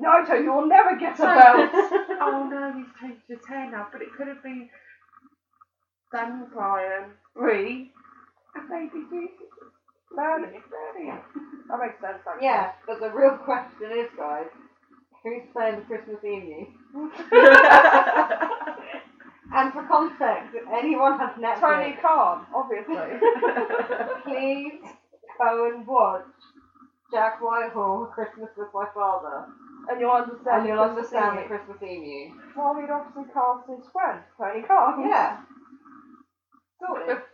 S4: Naito, you will never <laughs> get a
S3: <laughs>
S4: belt!
S2: oh no, he's changed his hair now, but it could have been Daniel Bryan, Ree, and Baby Jesus.
S4: Manny, Manny. That makes sense, actually.
S3: Yeah, but the real question is, guys, who's playing the Christmas evening? And for context, if anyone has Netflix,
S4: Tony Khan, obviously.
S3: please go and watch Jack Whitehall, Christmas with my father.
S4: <laughs> And you'll understand.
S3: And you'll
S4: Christmas
S3: understand the
S4: Eve.
S3: Christmas emu.
S4: Well, we'd obviously cast his friend, Tony Carr. <laughs>
S3: Yeah.
S4: Sorted.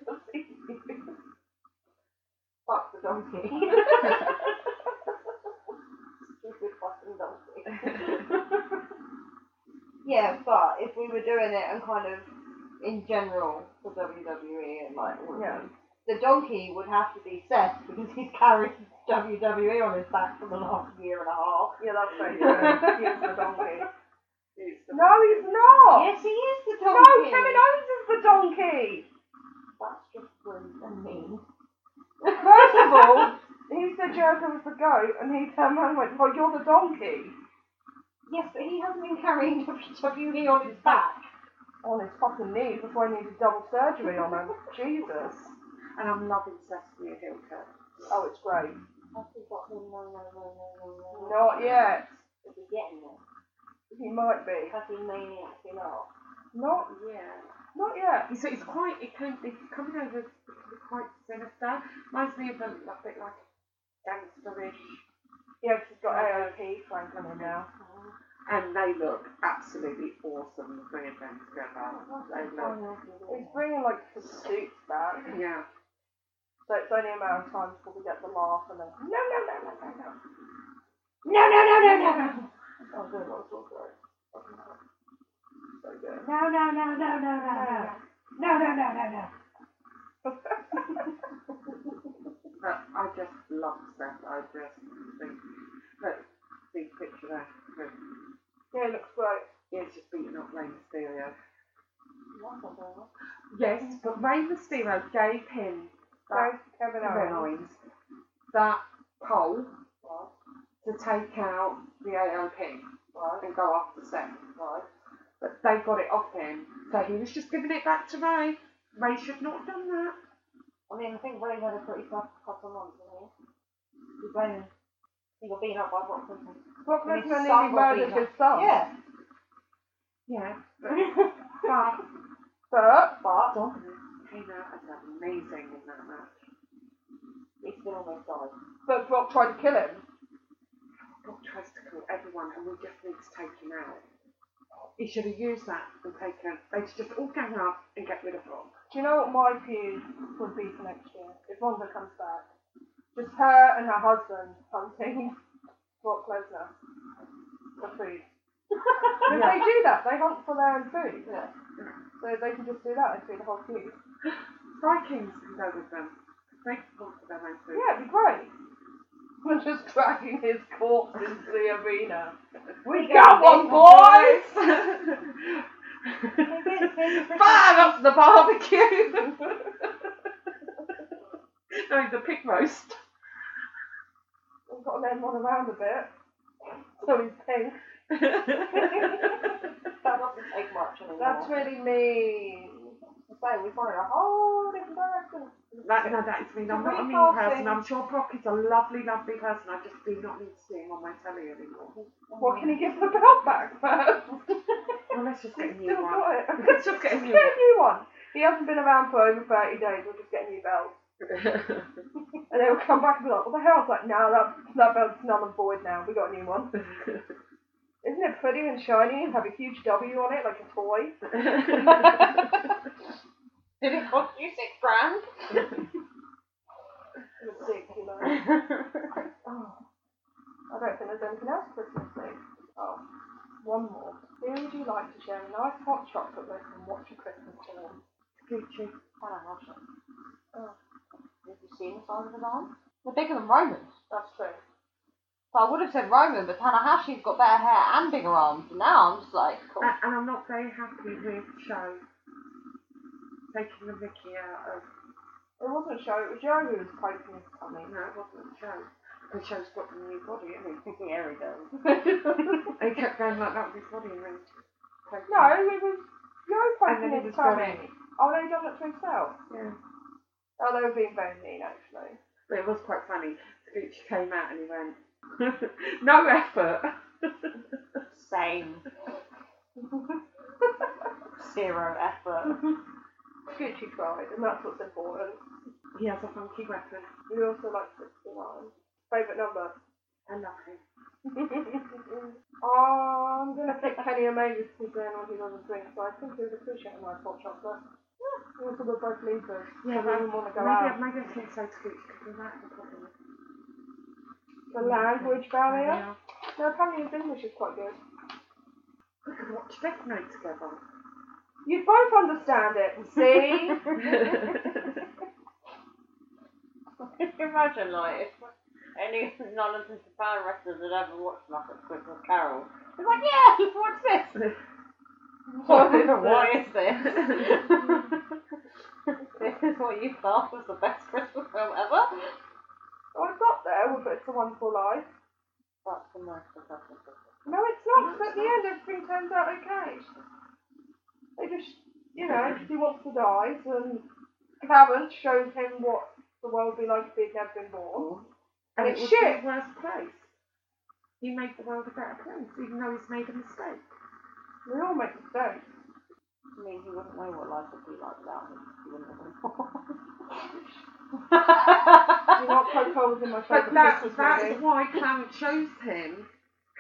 S3: Fuck the <laughs> donkey. Stupid fucking donkey. <laughs> yeah, but if we were doing it and kind of in general for WWE and like all of
S4: Yeah.
S3: them, the donkey would have to be Seth because he's carried WWE on his back for the last year and a half.
S4: <laughs> Yeah, that's right. Yeah. He's the donkey.
S2: It's the-
S4: No, he's not.
S3: Yes, he is the
S4: No,
S3: donkey.
S4: Kevin Owens is the <laughs> donkey.
S3: That's just rude and mean.
S4: First of all, he said Jericho was the goat, and he turned around and went, "Well, you're the donkey
S3: Yes, but he hasn't been carrying <laughs> WWE on his back.
S4: on his fucking knees before he needed double surgery on <laughs> him." Jesus.
S2: And I'm loving Sesame Hill Cat.
S4: Oh, it's great.
S3: No,
S4: Not yet.
S3: Is he getting there?
S4: He might be.
S3: Has he maniac enough?
S4: Not,
S2: Yeah.
S4: not yet.
S2: So it's quite, it can, it's coming over it can be quite sinister. Reminds me of a, a bit like gangsterish,
S4: Yeah, 'cause he's got AOP Franklin in now.
S2: and they look absolutely awesome. The three of them together. They look,
S4: He's bringing like the suits back,
S2: yeah.
S4: so it's only a matter of time before we get the laugh and then no, no, no, no, no, no.
S3: No, no, no, no, no, no.
S4: Oh, good, that was all great. So good.
S3: No, no, no, no, no, no, no. No, no, no, no, no.
S2: But I just love Seth. I just think, look, the picture there. Look,
S4: <laughs> Yeah, it looks great.
S2: Yeah, it's just beating up Rey Mysterio. Yes, but Rey Mysterio gave him that
S4: Thanks, Kevin
S2: Kevin
S4: Owens.
S2: Owens, that pole to take out the AOP and go after Seth. But they got it off him, so he was just giving it back to Ray. Ray should not have done that.
S3: I mean, I think Ray had a pretty tough couple of months, didn't he? He blamed. He got beaten up by Brock Lesnar.
S4: Brock
S3: And his son
S4: Lesnar nearly
S3: got
S4: murdered
S3: beaten
S4: his son.
S3: Yeah.
S2: Yeah, <laughs>
S3: but
S2: but
S4: But
S2: Dominic came out as amazing in that match.
S3: he still almost died.
S4: but Brock tried to kill him.
S2: God tries to kill everyone, and we just need to take him out. He should have used that and taken. They should just all gang up and get rid of Brock.
S4: Do you know what my view would be for next year if Ronda comes back? Just her and her husband hunting <laughs> Brock Lesnar for food. Because they do that, they hunt for their own food.
S3: Yeah.
S4: So they can just do that and do the whole feud.
S2: Vikings can go with them. They can come for their own food.
S4: Yeah, it'd be great. <laughs> We're just dragging his corpse into the arena. We got one, boys!
S2: Fire up the barbecue! no, the pig roast.
S4: We've got to lend one around a bit. <laughs> So he's pink.
S3: That doesn't take much anymore.
S4: That's really mean.
S3: It's like we find a whole different direction.
S2: That, no, that is me. I'm not a mean person. I'm sure Brock is a lovely, lovely person. I just do not need to see him on my telly anymore.
S4: What can he give the belt back first? <laughs>
S2: Well, let's just get a
S4: He's
S2: new
S4: still
S2: one.
S4: got it.
S2: <laughs> Let's just get a new
S4: Get a new one. He hasn't been around for over 30 days. We'll just get a new belt.
S2: one.
S4: And they will come back and be like, what the hell? I was like, no, that, that belt's null and void now. We got a new one. Isn't it pretty and shiny and have a huge W on it like a toy?
S2: <laughs>
S3: Did it cost you six grand?
S4: Ridiculous. oh. I don't think there's anything else Christmas Eve. Oh, one more. Who would you like to share a nice hot chocolate with and watch a Christmas film?
S2: Gucci.
S3: I don't watch it. Have you seen the size of his arms? They're bigger than Roman's.
S4: That's true.
S3: So I would have said Roman, but Tanahashi's got better hair and bigger arms. And now I'm just like, cool.
S2: And, and I'm not very happy with Show taking the Mickey out of.
S4: It wasn't a show, it was Joe who was poking his tummy.
S2: No, it wasn't Show. Because Show's got the new body, isn't <laughs> he?
S3: there he goes.
S2: And he kept going like that with his body and then. poking
S4: No,
S2: it.
S4: it was Joe
S2: And
S4: poking
S2: then he
S4: his
S2: was
S4: tummy.
S2: going.
S4: Oh, no, he done it to himself.
S2: Yeah.
S4: Oh, they were being very mean, actually. <laughs>
S2: But it was quite funny. Gucci came out and he went, <laughs> no effort. <laughs>
S3: Same. Zero effort.
S4: Gucci tried, and that's what's important.
S2: He has a funky weapon.
S4: We also like 69. Favourite number? <laughs>
S2: I love him.
S4: Oh, I'm going to pick Penny O'Malley to be going on who doesn't drink, so I think he'll appreciate my hot chocolate. Yeah, we'll probably both leave this.
S2: Yeah,
S4: we
S2: well,
S4: don't want to go
S2: Maybe,
S4: out.
S2: maybe it's not so cute because that's the problem.
S4: The language
S2: Oh,
S4: barrier?
S2: Yeah.
S4: No, apparently his English is quite good.
S2: We could watch Death Note together.
S4: You both understand it,
S3: <laughs>
S2: <laughs>
S4: see?
S5: Imagine like if any none of the Japan wrestlers had ever watched Muppet Christmas Carol. It's like, yeah,
S3: <laughs>
S5: let's watch this. what, is, what is <laughs> this? this is what you thought was the best Christmas film ever.
S4: well, it's up there with It's a Wonderful Life.
S5: That's the most successful Christmas.
S4: No, it's not, because at the end everything turns out okay. They just, you know, he wants to die, and Clarence shows him what the world would be like if he'd never been born.
S2: Oh. And
S4: It's
S2: it was
S4: shit.
S2: the worst place. He made the world a better place, even though he's made a mistake.
S4: We all make mistakes.
S5: I mean, he wouldn't know what life would be like without him. He wouldn't have been born.
S4: Do not poke holes in
S2: <laughs>
S4: my
S2: But
S4: favourite
S2: that,
S4: Christmas
S2: that's
S4: movie.
S2: why Clarence shows him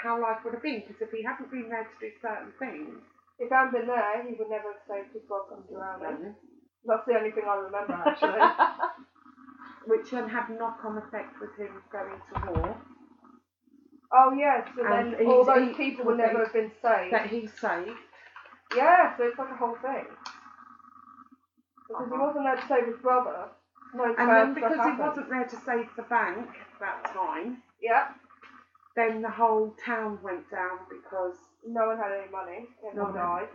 S2: how life would have been, because if he hadn't been there to do certain things,
S4: If I'd been there, he would never have saved his welcome to Anna.
S2: then-
S4: That's the only thing I
S2: <laughs>
S4: remember, actually.
S2: which then had knock-on effect with him going to war,
S4: Oh yes, and,
S2: And
S4: then
S2: he-
S4: all those
S2: he-
S4: people would never have been saved.
S2: that he saved.
S4: yeah, so it's like a whole thing. Because he wasn't there to save his brother. No,
S2: Uh-huh. And then because he wasn't there to save the bank at that time,
S4: Yeah,
S2: then the whole town went down because
S4: no one had any money. Everyone
S2: No.
S4: died.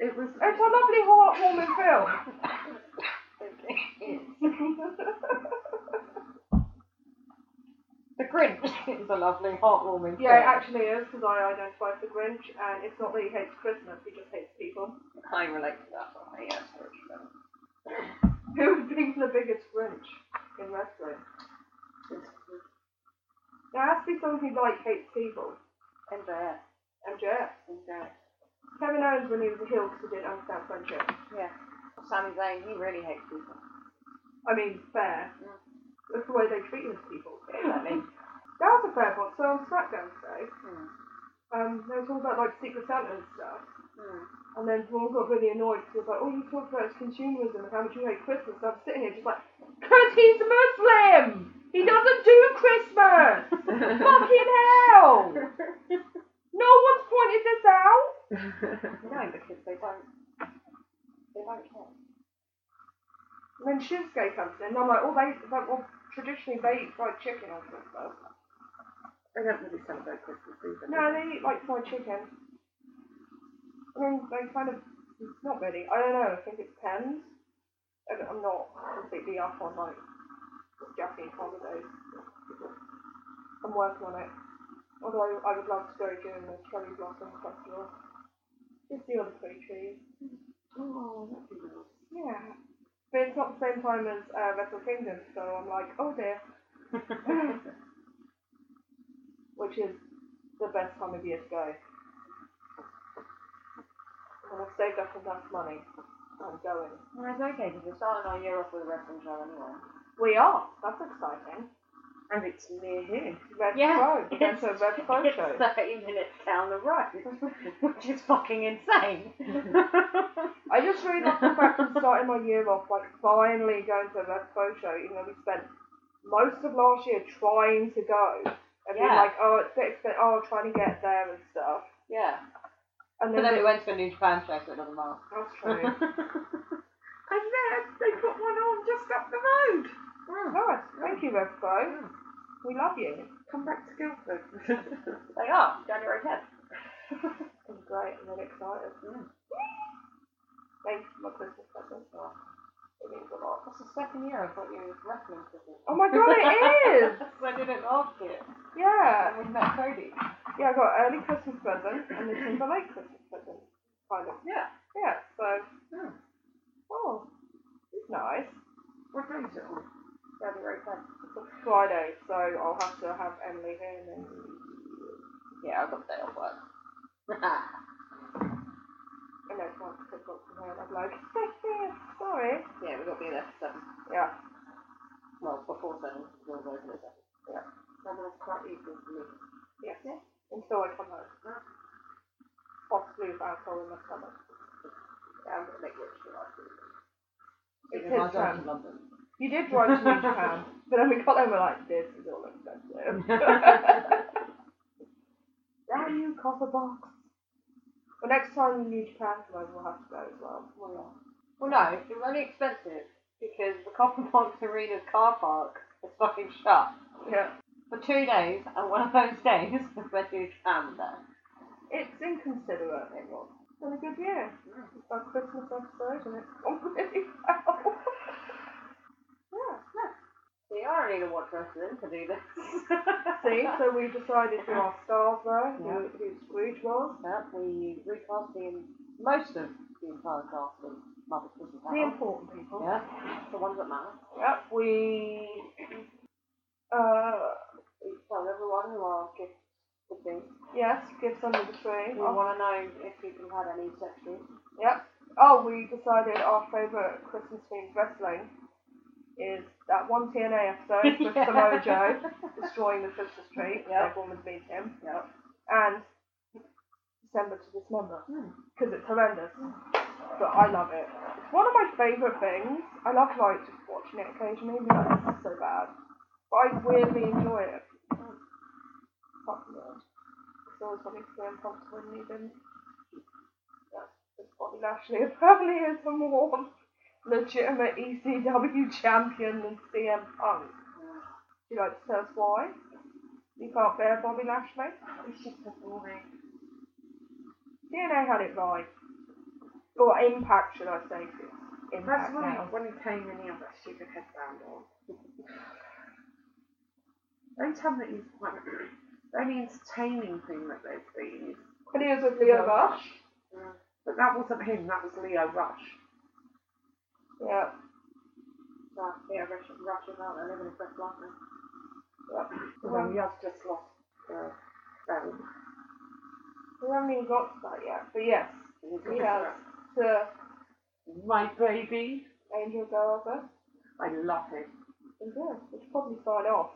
S2: it was
S4: It's a lovely, heartwarming film. <laughs>
S5: <laughs> the Grinch is a lovely, heartwarming
S4: yeah, it
S5: film.
S4: actually is because I identify with the Grinch, and it's not that he hates Christmas; he just hates people. <laughs>
S5: I relate to that one. I guess, which film.
S4: Who would be the biggest Grinch in wrestling? There has to be someone who like hates people.
S5: MJF.
S4: MJF.
S5: MJF.
S4: Kevin Owens when he was a heel because he didn't understand friendship.
S5: Yeah. Sami Zayn, he really hates <laughs> people.
S4: I mean, fair.
S5: Yeah.
S4: That's the way they treat his people.
S5: Exactly.
S4: That was a fair point. So on SmackDown today,
S5: Hmm.
S4: um, they were talking about like Secret Santa and stuff. And then Braun got really annoyed because he was like, all you talk about is consumerism and how much you hate Christmas. And I'm sitting here just like, because he's Muslim! He doesn't do Christmas!
S5: <laughs> Hmm.
S4: Fucking hell! No one's pointed this out!
S5: No, because they don't. They don't care.
S4: And then Shinsuke comes in and I'm like, oh, they, like, well, traditionally they eat fried chicken on Christmas.
S2: they don't really celebrate Christmas either.
S4: No, they eat like fried chicken. I mean, they kind of, not really. I don't know. I think it depends. I don't- I'm not completely up on like Japanese holidays. I'm working on it. Although I would love to go during the cherry blossom festival. Just see all the pretty trees.
S2: Oh, that'd be nice.
S4: Yeah. But it's not the same time as uh, Wrestle Kingdom, so I'm like, oh dear. Which is the best time of year to go. And I've saved up enough money. I'm going.
S5: Well, it's okay because we're starting our year off with a wrestling show anyway.
S4: We are. That's exciting.
S2: And it's near here.
S4: Red
S5: Yeah,
S4: Crow. We're going to a Red Crow
S5: <laughs> It's
S4: show.
S5: 30 minutes down the road, which is fucking <laughs> insane.
S4: I just really love the fact of starting my year off, like finally going to a Red Crow show, even though we spent most of last year trying to go. And being
S5: Yeah.
S4: like, oh, it's a bit expensive, oh, trying to get there and stuff.
S5: yeah.
S4: And
S5: But
S4: then,
S5: then it went to a new Japan show, so it doesn't <laughs> matter.
S4: that's true.
S2: And then they put one on just up the road.
S4: nice. Thank you, Red Crow. We love you.
S2: Come back to <laughs> Guildford.
S5: They are, January <laughs> 10th.
S4: It's great. I'm really excited.
S5: Mm.
S4: Thanks for my Christmas present. It means a lot.
S5: That's the second year I've got you in wrestling ticket. <laughs>
S4: Oh my god, it is!
S5: I did it last year. uh,
S4: Yeah.
S5: And we met Cody.
S4: Yeah, I got early Christmas present and the Timberlake Christmas present. Kind of.
S5: Yeah.
S4: Yeah, so.
S5: Yeah.
S4: Oh, it's nice.
S2: what day is it on?
S5: January 10th.
S4: It's a Friday, so I'll have to have Emily here and then.
S5: Yeah, I got the day off work. <laughs>
S4: I know it's not because I've got from her and I'm like, <laughs> sorry.
S5: yeah, we got to be there for 7.
S4: Yeah.
S5: Well, before 7. 'cause we'll go to the 7.
S2: Some of it's quite easy for me.
S4: Yes. Until I come home. Possibly with alcohol in my stomach. Yeah, I'm gonna make rich for life. It's
S5: Because I
S4: his
S5: drive
S4: turn.
S5: to London.
S4: You did drive to New Japan, but then we got home and we're like, this is all expensive. Now you copper box. Well, next time New Japan comes over, we'll have to go as well. Well, yeah.
S5: Well, no, it's really expensive because the Copper <laughs> Box Arena's car park is fucking shut
S4: Yeah.
S5: for two days, and one of those days <laughs> is when you stand there.
S4: It's inconsiderate, it was. It's been a good year. It's our Christmas episode and it's gone really well. <laughs> yeah.
S5: See, I don't need to watch wrestling to do this. <laughs>
S4: See, so we decided who our stars were, who,
S5: Yeah.
S4: who Scrooge was.
S5: Yep, we recast the most of the entire cast of Mother Christmas
S4: The
S5: Carol.
S4: important people.
S5: Yeah, the ones that matter.
S4: Yep, we. Uh,
S5: We tell everyone who our gifts would be.
S4: yes, gifts under the tree.
S5: We
S4: Our-
S5: want to know if people had any sexual.
S4: Yep. Oh, we decided our favourite Christmas themed wrestling is that one TNA episode
S5: <laughs>
S4: with
S5: Yeah.
S4: Samoa Joe destroying the Christmas tree.
S5: Yep.
S4: Everyone would meet him.
S5: Yep.
S4: And December to December because it's horrendous, but I love it. It's one of my favourite things. I love like just watching it occasionally. and be Like, this is so bad, but I weirdly enjoy it. Fuck nerd. It's always something to be uncomfortable and even. That's Bobby Lashley <laughs> apparently is the more legitimate ECW champion than CM Punk. Do you like to tell us why? You can't bear Bobby Lashley?
S2: It's just a boring.
S4: DNA had it right. Or impact, should I say? 'cause it's
S2: That's
S4: Impact
S2: why
S4: now.
S2: when he came in, he had that stupid headband on. <laughs> Don't tell me that he's quite. <clears throat> The only entertaining thing that there's been is.
S4: When he was with Leo Rush.
S2: But that wasn't him, that was Leo Rush.
S4: Yeah.
S5: That, yeah, Russian, Russian out there living in Fresh London.
S2: And
S4: Well-
S2: then Yaz just lost the belt.
S4: We haven't even got to that yet. But yes, he has the
S2: My baby.
S4: Angel Girl over.
S2: I love him.
S4: And yeah, we should probably sign off.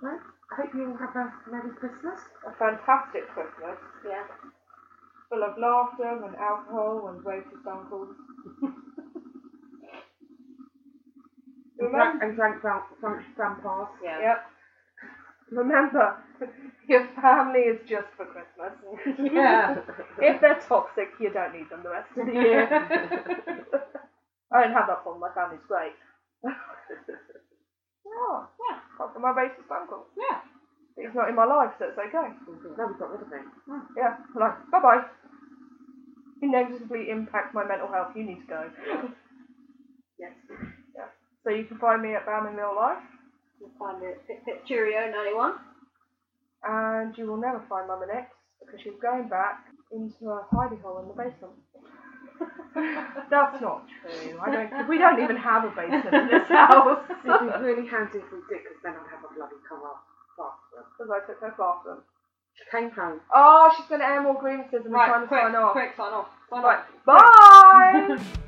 S2: Right. I hope you all have a Merry Christmas.
S4: A fantastic Christmas,
S5: Yeah.
S4: full of laughter and alcohol and racist
S2: <laughs>
S4: uncles. Remember,
S2: And drank gran- drank <laughs> grandpa's.
S5: Yeah.
S4: yep. Remember, <laughs> your family is just for Christmas.
S2: <laughs>
S4: <laughs> if they're toxic, you don't need them the rest of the year. <laughs> I don't have that problem. My family's great. yeah, yeah. Apart from my racist uncle.
S5: Yeah.
S4: But he's not in my life, so it's okay.
S2: No, we got rid of him.
S4: Yeah, I'm like, bye bye. You negatively impact my mental health. You need to go.
S2: Yes.
S4: So you can find me at Bam in Real Life,
S5: You'll find it. Pip, pip, cheerio, 91.
S4: and you will never find Mama next because she's going back into her hidey hole in the
S5: <laughs>
S4: basement. That's not true. I don't. We don't even have a basement in this
S5: <laughs>
S4: house.
S2: It'd be really handy if we did, because then I'd have a bloody car. Bathroom.
S4: Because I took her bathroom.
S2: She came home.
S4: Oh, she's going to air more grievances and we're trying to
S5: quick,
S4: sign off.
S5: quick, sign off. Sign off. <laughs>
S4: Right, bye!